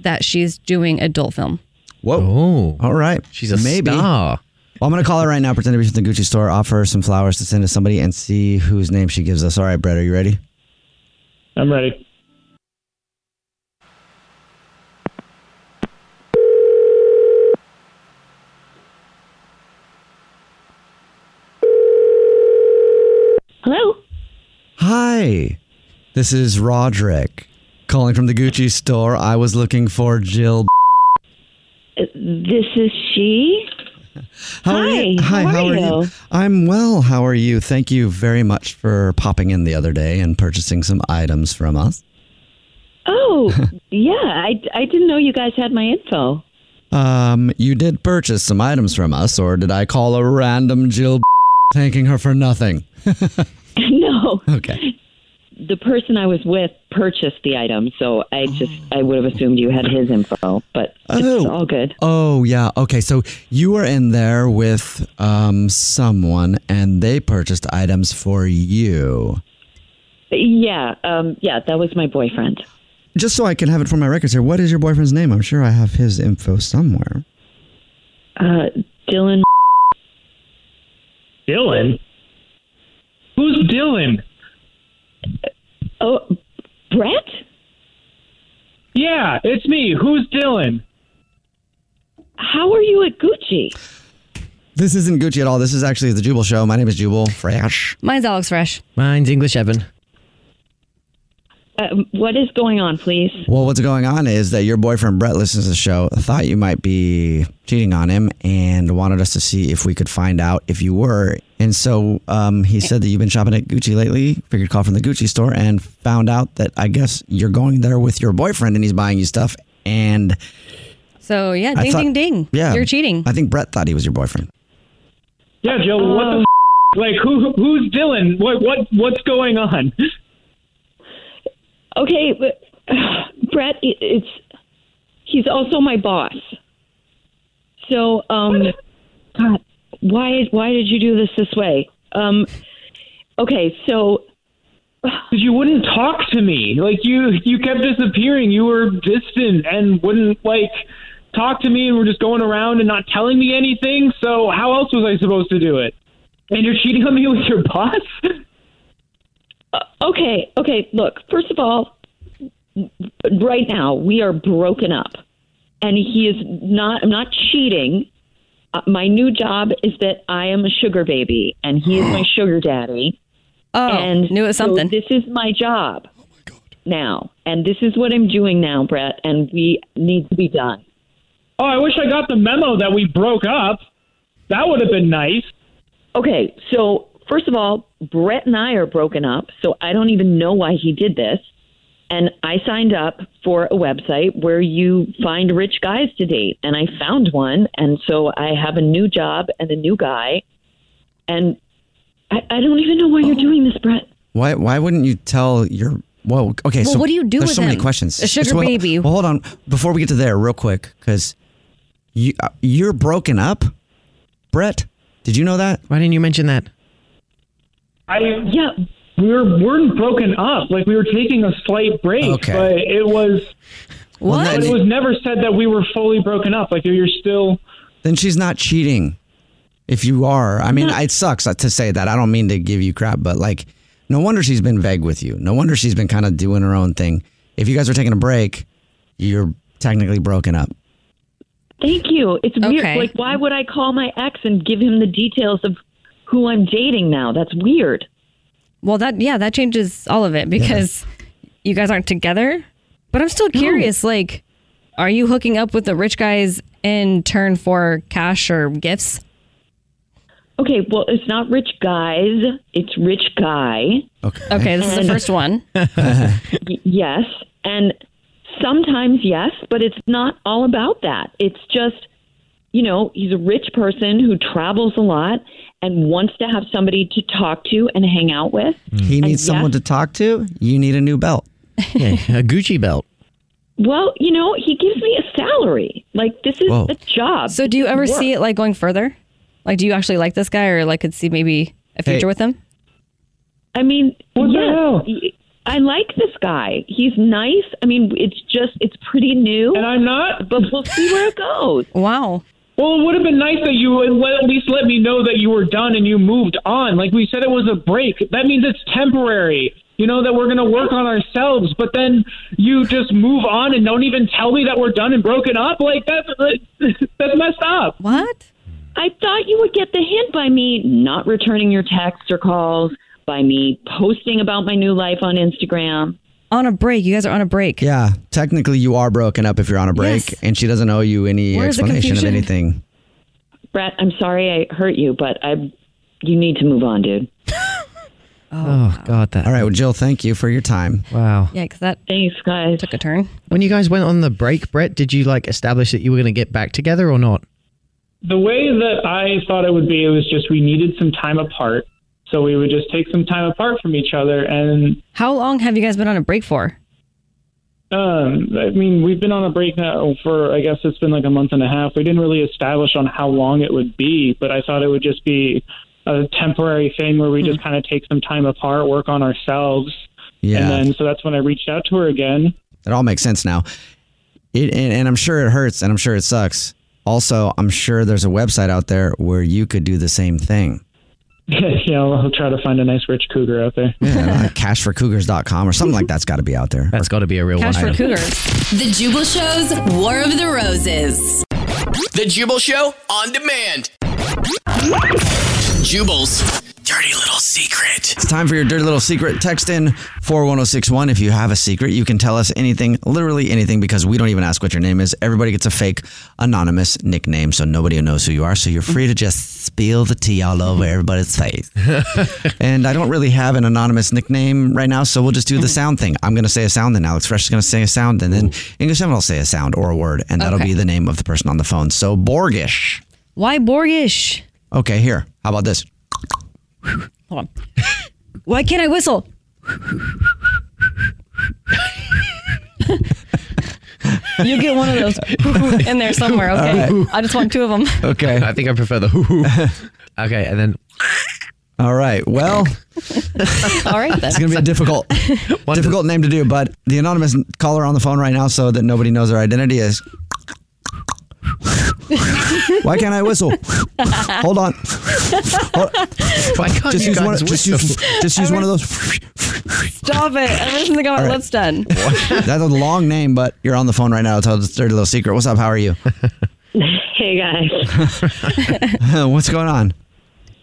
H: that she's doing adult film.
F: Whoa. All right. She's
G: Oh. a
F: Maybe.
G: star.
F: Well, I'm going to call her right now, pretend to be from the Gucci store, offer her some flowers to send to somebody, and see whose name she gives us. All right, Brett, are you ready?
S: I'm ready.
T: Hello.
F: Hi, this is Roderick calling from the Gucci store. I was looking for Jill.
T: This is she.
F: How
T: Hi.
F: are you? Hi,
T: how, are you?
F: I'm well. How are you? Thank you very much for popping in the other day and purchasing some items from us.
T: Oh, yeah. I, I didn't know you guys had my info.
F: Um, you did purchase some items from us, or did I call a random Jill thanking her for nothing?
T: no.
F: Okay.
T: The person I was with purchased the item, so I just I would have assumed you had his info, but it's all good.
F: Oh yeah. Okay. So you were in there with um someone, and they purchased items for you.
T: Yeah, um, yeah, that was my boyfriend.
F: Just so I can have it for my records here. What is your boyfriend's name? I'm sure I have his info somewhere.
T: Uh, Dylan.
S: Dylan? Who's Dylan?
T: Oh, Brett?
S: Yeah, it's me. Who's Dylan?
T: How are you at Gucci?
F: This isn't Gucci at all. This is actually the Jubal Show. My name is Jubal Fresh.
H: Mine's Alex Fresh.
G: Mine's English Evan.
T: Uh, what is going on, please?
F: Well, what's going on is that your boyfriend Brett listens to the show, thought you might be cheating on him, and wanted us to see if we could find out if you were. And so um, he said that you've been shopping at Gucci lately. Figured call from the Gucci store and found out that I guess you're going there with your boyfriend and he's buying you stuff. And
H: So yeah,
F: I
H: Uh, ding
F: thought-
H: ding ding.
F: Yeah,
H: You're cheating.
F: I think Brett thought he was your boyfriend.
S: Yeah, Joe. What
T: Um,
S: the? F- like who? Who's Dylan? What? What? What's going on?
T: Okay, but, Brett, i- it's he's also my boss. So, um, God, why why did you do this this way? Um, okay, so
S: Because you wouldn't talk to me. Like you, you kept disappearing. You were distant and wouldn't like talk to me, and were just going around and not telling me anything. So how else was I supposed to do it? And you're cheating on me with your boss?
T: Uh, okay, okay, look. First of all, right now we are broken up, and he is not. I'm not cheating. Uh, my new job is that I am a sugar baby, and he is my sugar daddy.
H: Oh,
T: and
H: knew it was
T: so
H: something. Oh,
T: this is my job. Now, and this is what I'm doing now, Brett, and we need to be done.
S: Oh, I wish I got the memo that we broke up. That would have been nice.
T: Okay, so first of all, Brett and I are broken up, so I don't even know why he did this. And I signed up for a website where you find rich guys to date, and I found one, and so I have a new job and a new guy, and I, I don't even know why
H: Oh.
T: you're doing this, Brett.
F: Why? Why wouldn't you tell your? Whoa. Okay.
T: Well,
F: so
T: what do you do
F: There's
T: with
F: so many
T: him?
F: questions.
T: A sugar
F: Just wait-
T: baby.
F: Well, hold on. Before we get to there, real quick, because you uh, you're broken up, Brett. Did you know that?
G: Why didn't you mention that?
S: I yeah. We were weren't broken up. Like we were taking a slight break, but it was.
F: Well,
S: But it
F: then-
S: was never said that we were fully broken up. Like you're still.
F: Then she's not cheating. If you are, I mean, it sucks uh, to say that. I don't mean to give you crap, but like, no wonder she's been vague with you. No wonder she's been kind of doing her own thing. If you guys are taking a break, you're technically broken up.
T: Thank you. It's weird.
F: Okay.
T: Like, why would I call my ex and give him the details of who I'm dating now? That's weird.
H: Well, that yeah, that changes all of it because you guys aren't together. But I'm still curious. Like, are you hooking up with the rich guys in turn for cash or gifts?
T: Okay, well, it's not rich guys. It's rich guy.
F: Okay.
H: Okay, this is the first one.
T: Y- yes. And sometimes yes, but it's not all about that. It's just, you know, he's a rich person who travels a lot and wants to have somebody to talk to and hang out with.
F: He needs
T: yeah.
F: someone to talk to. You need a new belt.
G: Mm. Uh, Yeah, a Gucci belt.
T: Well, you know, he gives me a salary. Like, this is
G: Whoa.
T: a job.
H: So, do you ever see it like going further? Like, do you actually like this guy, or like could see maybe a
T: Hey.
H: future with him?
T: I mean,
H: What the
T: yes,
H: hell?
T: y- I like this guy. He's nice. I mean, it's just it's pretty new. And
S: I'm not.
T: But we'll see where it goes.
H: Wow.
S: Well, it would have been nice that you would let, at least let me know that you were done and you moved on. Like we said, it was a break. That means it's temporary. You know that we're going to work on ourselves, but then you just move on and don't even tell me that we're done and broken up. Like that's that's messed up.
H: What?
T: I thought you would get the hint by me not returning your texts or calls, by me posting about my new life on Instagram.
H: On a break. You guys are on a break.
F: Yeah. Technically, you are broken up if you're on a break,
H: Yes.
F: and she doesn't owe you any
T: Where's the
F: explanation of
T: confusion?
F: anything.
T: Brett, I'm sorry I hurt you, but I you need to move on, dude.
F: Oh, God. That. All right. Well, Jill, thank you for your time.
G: Wow.
H: Yeah, because that thanks guys took a turn.
G: When you guys went on the break, Brett, did you like establish that you were going to get back together or not?
S: The way that I thought it would be, it was just we needed some time apart. So we would just take some time apart from each other. And
H: How long have you guys been on a break for?
S: um, I mean, we've been on a break now for, I guess it's been like a month and a half. We didn't really establish on how long it would be, but I thought it would just be a temporary thing where we
F: Hmm.
S: just kind of take some time apart, work on ourselves.
F: Yeah.
S: And then, so that's when I reached out to her again.
F: It all makes sense now. It, and, and I'm sure it hurts and I'm sure it sucks. Also, I'm sure there's a website out there where you could do the same thing.
S: you know, I'll try to find a nice rich cougar out there.
F: Yeah, like cashforcougars.com or something like that's got to be out there. That's
G: got to be a real
F: one.
K: The Jubal Show's War of the Roses.
M: The Jubal Show on demand. Jubal's dirty little secret.
F: It's time for your dirty little secret. Text in 41061 if you have a secret. You can tell us anything, literally anything, because we don't even ask what your name is. Everybody gets a fake anonymous nickname, so nobody knows who you are. So you're free to just spill the tea all over everybody's face. and I don't really have an anonymous nickname right now, so we'll just do the sound thing. I'm going to say a sound, then Alex Fresh is going to say a sound, and then English Evan will say a sound or a word, and that'll
H: Okay.
F: be the name of the person on the phone. So Borgish.
H: Why Borgish?
F: Okay, here. How about this?
H: Hold on. Why can't I whistle? you get one of those in there somewhere, okay?
G: All right.
H: I just want two of them.
F: Okay.
G: I think I prefer the hoo hoo. okay, and then.
F: All right. Well,
H: All right, then.
F: It's going to be a difficult, difficult name to do. But the anonymous caller on the phone right now, so that nobody knows their identity is. Why can't I whistle? Hold on. Hold-
G: Why can't
F: just
G: you
F: use one,
G: guys
F: just
G: whistle?
F: use, just use one of those.
H: Stop it. Everything that got
F: All
H: my
F: right.
H: lips done.
F: That's a long name, but you're on the phone right now. Tell us a dirty little secret. What's up? How are you?
U: Hey guys.
F: What's going on?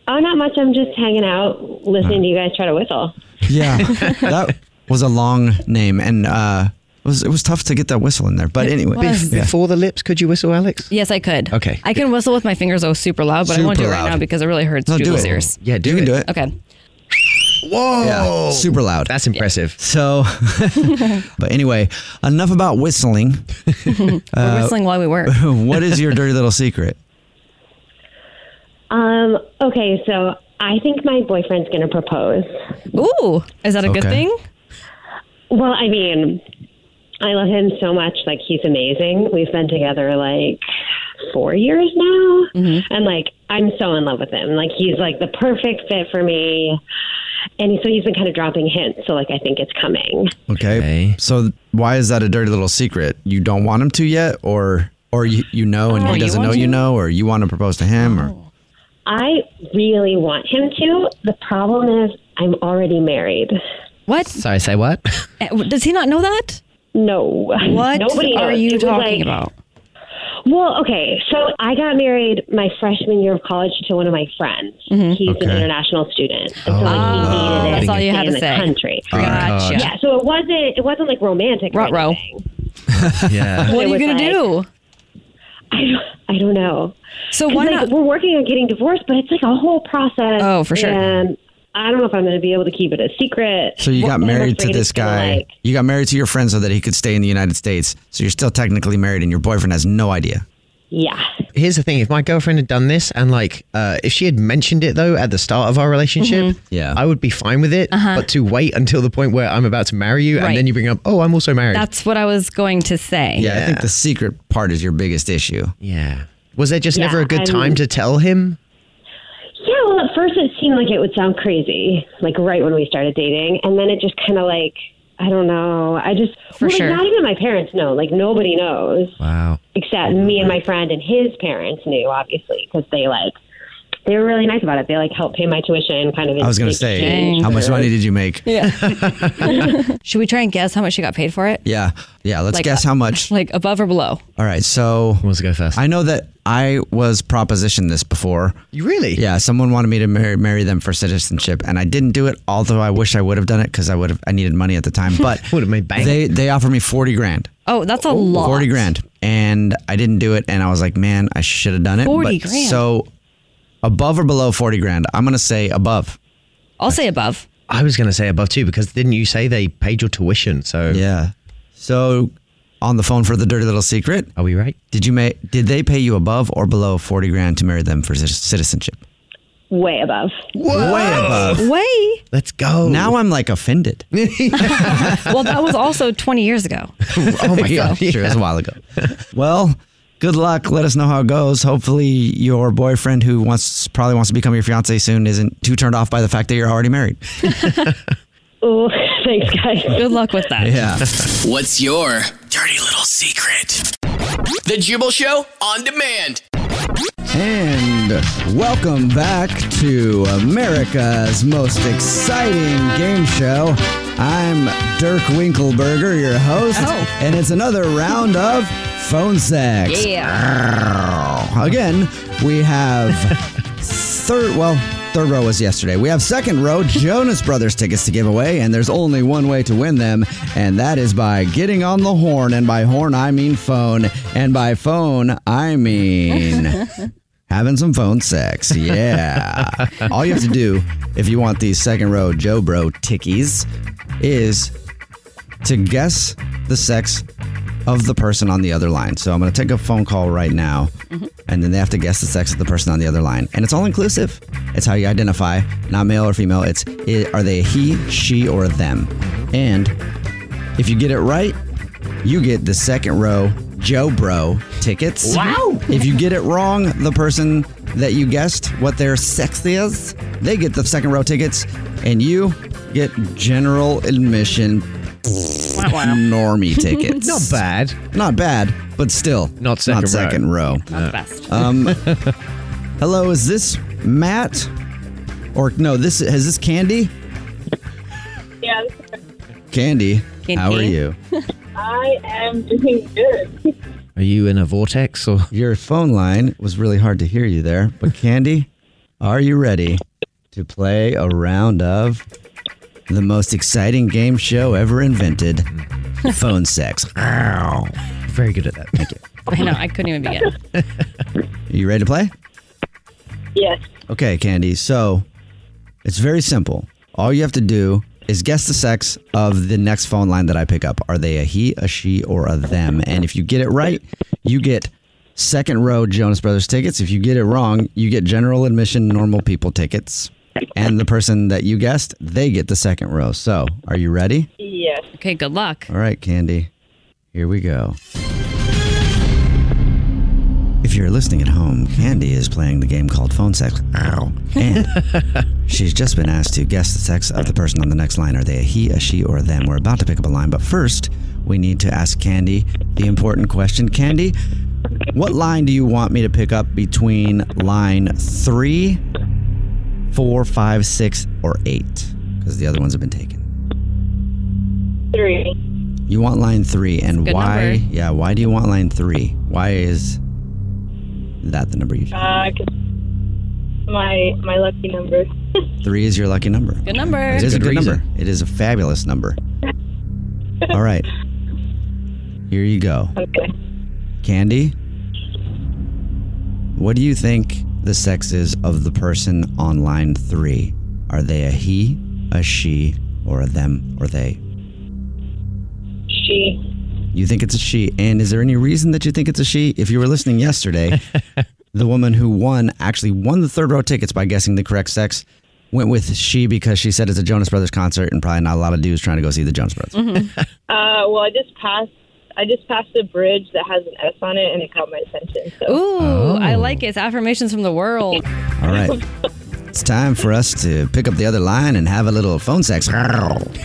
U: Oh, not much. I'm just hanging out, listening to you guys try to whistle.
F: Yeah, that was a long name, and uh, it was it was tough to get that whistle in there. But anyway,
H: was.
F: yeah.
G: before the lips, could you whistle, Alex?
H: Yes, I could.
F: Okay.
H: I can whistle with my fingers, though, super loud, but I won't do it
F: Super
H: right
F: loud.
H: now because it really hurts
F: No, do
H: Jubal's
F: it.
H: ears.
F: Yeah, do you can do it.
H: Okay.
F: Yeah, super loud.
G: That's impressive.
F: So, but anyway, enough about whistling.
H: We're
F: Uh,
H: whistling while we work.
F: what is your dirty little secret?
U: Um, okay, so I think my boyfriend's going to propose.
H: Ooh, is that a good
U: Okay.
H: thing?
U: Well, I mean, I love him so much. Like, he's amazing. We've been together like four years now.
H: Mm-hmm.
U: And like, I'm so in love with him. Like, he's like the perfect fit for me. And he- so he's been kind of dropping hints. So, like, I think it's coming.
F: Okay. So why is that a dirty little secret? You don't want him to yet, or or you, you know and
U: Oh,
F: he
U: you
F: doesn't
U: want
F: know you
U: to?
F: know, or you want to propose to him,
H: Oh.
F: or
U: I really want him to. The problem is, I'm already married.
H: What?
G: Sorry, say what?
H: Does he not know that?
U: No.
H: What
U: Nobody
H: are
U: knows.
H: you
U: It was
H: talking
U: like-
H: about?
U: Well, okay. So I got married my freshman year of college to one of my friends.
H: Mm-hmm.
U: He's an Okay. international student. And so like, Oh, he needed that's it all to you stay had in to the say. country. Gotcha. Yeah. So it wasn't. It wasn't like romantic. Or anything.
G: Yeah.
U: It
H: What are you
U: was
H: going to
U: like-
H: do?
U: I don't, I don't know.
H: So
U: 'Cause,
H: why
U: like,
H: not-
U: We're working on getting divorced, but it's like a whole process.
H: Oh, for sure.
U: And I don't know if I'm going to be able to keep it a secret.
F: so you
U: What-
F: got
U: I'm
F: married to
U: afraid
F: this
U: it's gonna,
F: guy.
U: like-
F: You got married to your friend so that he could stay in the United States. So you're still technically married, and your boyfriend has no idea.
U: yeah.
G: Here's the thing: if my girlfriend had done this, and like, uh, if she had mentioned it though at the start of our relationship,
F: Mhm. yeah,
G: I would be fine with it.
H: Mm-hmm. Uh-huh.
G: But to wait until the point where I'm about to marry you,
H: Right.
G: and then you bring up, "Oh, I'm also married."
H: That's what I was going to say.
F: Yeah, I think the secret part is your biggest issue.
G: Yeah. Was there just
U: Yeah,
G: never a good
U: I'm-
G: time to tell him?
U: Yeah, well, at first it seemed like it would sound crazy, like right when we started dating, and then it just kind of like I don't know. I just
H: For
U: well, like,
H: sure.
U: not even my parents know. Like nobody knows
G: Wow.
U: except me and my friend and his parents knew, obviously, because they like they were really nice about it. They like helped pay my tuition, kind of. in
F: I was going to say,
U: exchange
F: how much
U: for-
F: money did you make?
H: Yeah. Should we try and guess how much she got paid for it?
F: Yeah. Yeah. Let's
H: Like,
F: guess how much.
H: Like above or below?
F: All right. So,
G: wants to go fast?
F: I know that I was propositioned this before.
G: You really?
F: Yeah. Someone wanted me to marry, marry them for citizenship, and I didn't do it. Although I wish I would have done it because I would have. I needed money at the time, but would have made bank. They they offered me forty grand.
H: Oh, that's a lot.
F: Forty grand, and I didn't do it, and I was like, man, I should have done it.
H: 40
F: But
H: grand.
F: So, above or below forty grand? I'm gonna say above.
H: I'll say above.
G: I was going to say above too because didn't you say they paid your tuition? So
F: yeah. So on the phone for the dirty little secret.
G: Are we right?
F: Did you make? Did they pay you above or below forty grand to marry them for citi- citizenship?
U: way above.
F: Way above.
H: Way.
G: Let's go.
F: Now I'm like offended.
H: well, that was also 20 years ago.
F: oh my god, sure, it was a while ago. Well, good luck. Let us know how it goes. Hopefully, your boyfriend who wants probably wants to become your fiance soon isn't too turned off by the fact that you're already married.
U: Oh, thanks, guys.
H: Good luck with that.
F: Yeah.
M: What's your dirty little secret? The Jubal Show on demand.
F: And welcome back to America's most exciting game show. I'm Dirk Winkelberger, your host, and it's another round of phone sex. Yeah. Again, we have third, well, third row was yesterday. We have second row Jonas Brothers tickets to give away, and there's only one way to win them, and that is by getting on the horn. And by horn, I mean phone, and by phone, I mean. Having some phone sex, yeah. All you have to do if you want these second row Joe Bro tickies is to guess the sex of the person on the other line. So I'm going to take a phone call right now, and then they have to guess the sex of the person on the other line. And it's all inclusive. It's how you identify, not male or female. It's i are they a he, she, or a them? And if you get it right, you get the second row Joe Bro tickets.
Q: Wow.
F: If you get it wrong, the person that you guessed what their sex is, they get the second row tickets, and you get general admission normie tickets.
G: Not bad.
F: Not bad, but still not
G: second row.
F: second row.
G: Not the best.
F: Um, hello, is this Matt? Or no, this is this Candy?
Q: Yeah.
F: Candy, how are you?
Q: I am doing good.
F: Are you in a vortex or? Your phone line was really hard to hear you there, but Candy, are you ready to play a round of the most exciting game show ever invented, phone sex? Ow. Very good at that. Thank you.
H: I know. I couldn't even begin.
F: Are you ready to play?
Q: Yes.
F: Okay, Candy. So it's very simple. All you have to do is guess the sex of the next phone line that I pick up. Are they a he, a she, or a them? And if you get it right, you get second row Jonas Brothers tickets. If you get it wrong, you get general admission normal people tickets. And the person that you guessed, they get the second row. So are you ready?
H: Yes. Okay, good luck.
F: All right, Candy. Here we go. If you're listening at home, Candy is playing the game called Phone Sex. Ow. And she's just been asked to guess the sex of the person on the next line. Are they a he, a she, or a them? We're about to pick up a line, but first, we need to ask Candy the important question. Candy, what line do you want me to pick up between line three, four, five, six, or eight? Because the other ones have been taken.
Q: Three.
F: You want line three, and
Q: Good
F: why?
Q: number.
F: Yeah, why do you want line three? Why is that the number you?
Q: Uh, 'cause my my lucky number.
F: Three is your lucky number.
Q: Good number.
F: It is a good number. It is a fabulous number. All right, here you go,
Q: Okay.
F: Candy. What do you think the sex is of the person on line three? Are they a he, a she, or a them, or they?
Q: She.
F: You think it's a she. And is there any reason that you think it's a she? If you were listening yesterday, the woman who won actually won the third row tickets by guessing the correct sex. Went with she because she said it's a Jonas Brothers concert and probably not a lot of dudes trying to go see the Jonas
P: Mm.
F: Brothers.
Q: Uh, well, I just passed. I just passed a bridge that has an S on it, and it caught my attention. So.
H: Ooh, I like it. It's affirmations from the world.
F: Oh. All right. It's time for us to pick up the other line and have a little phone sex. Hello,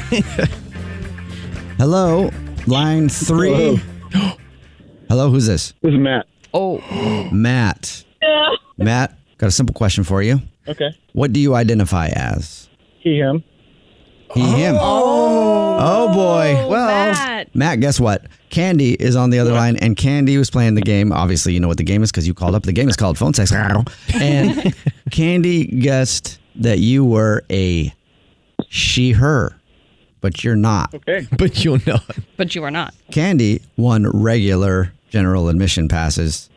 F: line three. Hello, who's this?
A: This is Matt.
H: Oh.
F: Matt. Matt, Got a simple question for you.
A: Okay.
F: What do you identify as?
A: He, him.
F: He, him. Oh. Oh, boy. Well,
A: Matt.
F: Matt, guess what? Candy is on the other line, and Candy was playing the game. Obviously, you know what the game is because you called up. The game is called Phone Sex. And Candy guessed that you were a she, her, but you're not.
H: Okay.
G: But you're not.
H: But you are not.
F: Candy won regular general admission passes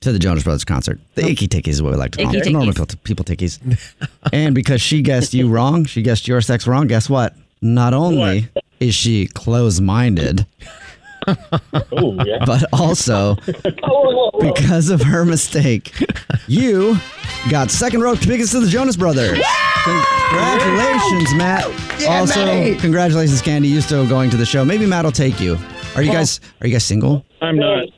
F: to the Jonas Brothers concert. The icky tickies is what we like to call
H: Icky
F: them. The normal
H: tickies.
F: people, people tickies. and because she guessed you wrong, she guessed your sex wrong, guess what? Not only is she close minded, but also because of her mistake, you got second row tickets to the Jonas Brothers. Congratulations, Matt.
A: Yeah,
F: also,
A: Matty.
F: congratulations, Candy. You're still going to the show. Maybe Matt will take you. Are you guys are you guys single?
S: I'm not.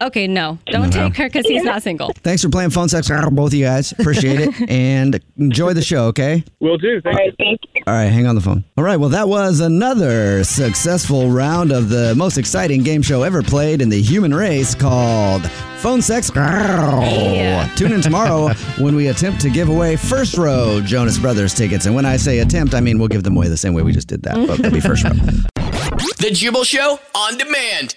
H: Okay, no. Don't
F: No.
H: take her because he's not single.
F: Thanks for playing phone sex, both of you guys. Appreciate it. And enjoy the show, okay?
S: Will do. Thank you.
F: All right, hang on the phone. All right, well, that was another successful round of the most exciting game show ever played in the human race called Phone Sex. Tune in tomorrow when we attempt to give away first row Jonas Brothers tickets. And when I say attempt, I mean we'll give them away the same way we just did that, but it'll be first row.
M: The Jubal Show on demand.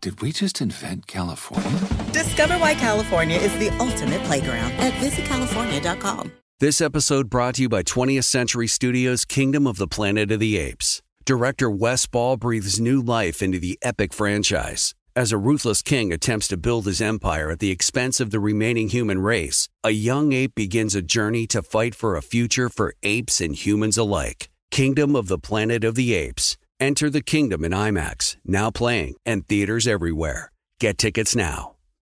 V: Did we just invent California?
B: Discover why California is the ultimate playground at visitcalifornia.com.
W: This episode brought to you by 20th Century Studios' Kingdom of the Planet of the Apes. Director Wes Ball breathes new life into the epic franchise as a ruthless king attempts to build his empire at the expense of the remaining human race. A young ape begins a journey to fight for a future for apes and humans alike. Kingdom of the Planet of the Apes. Enter the kingdom in IMAX, now playing, and theaters everywhere. Get tickets now.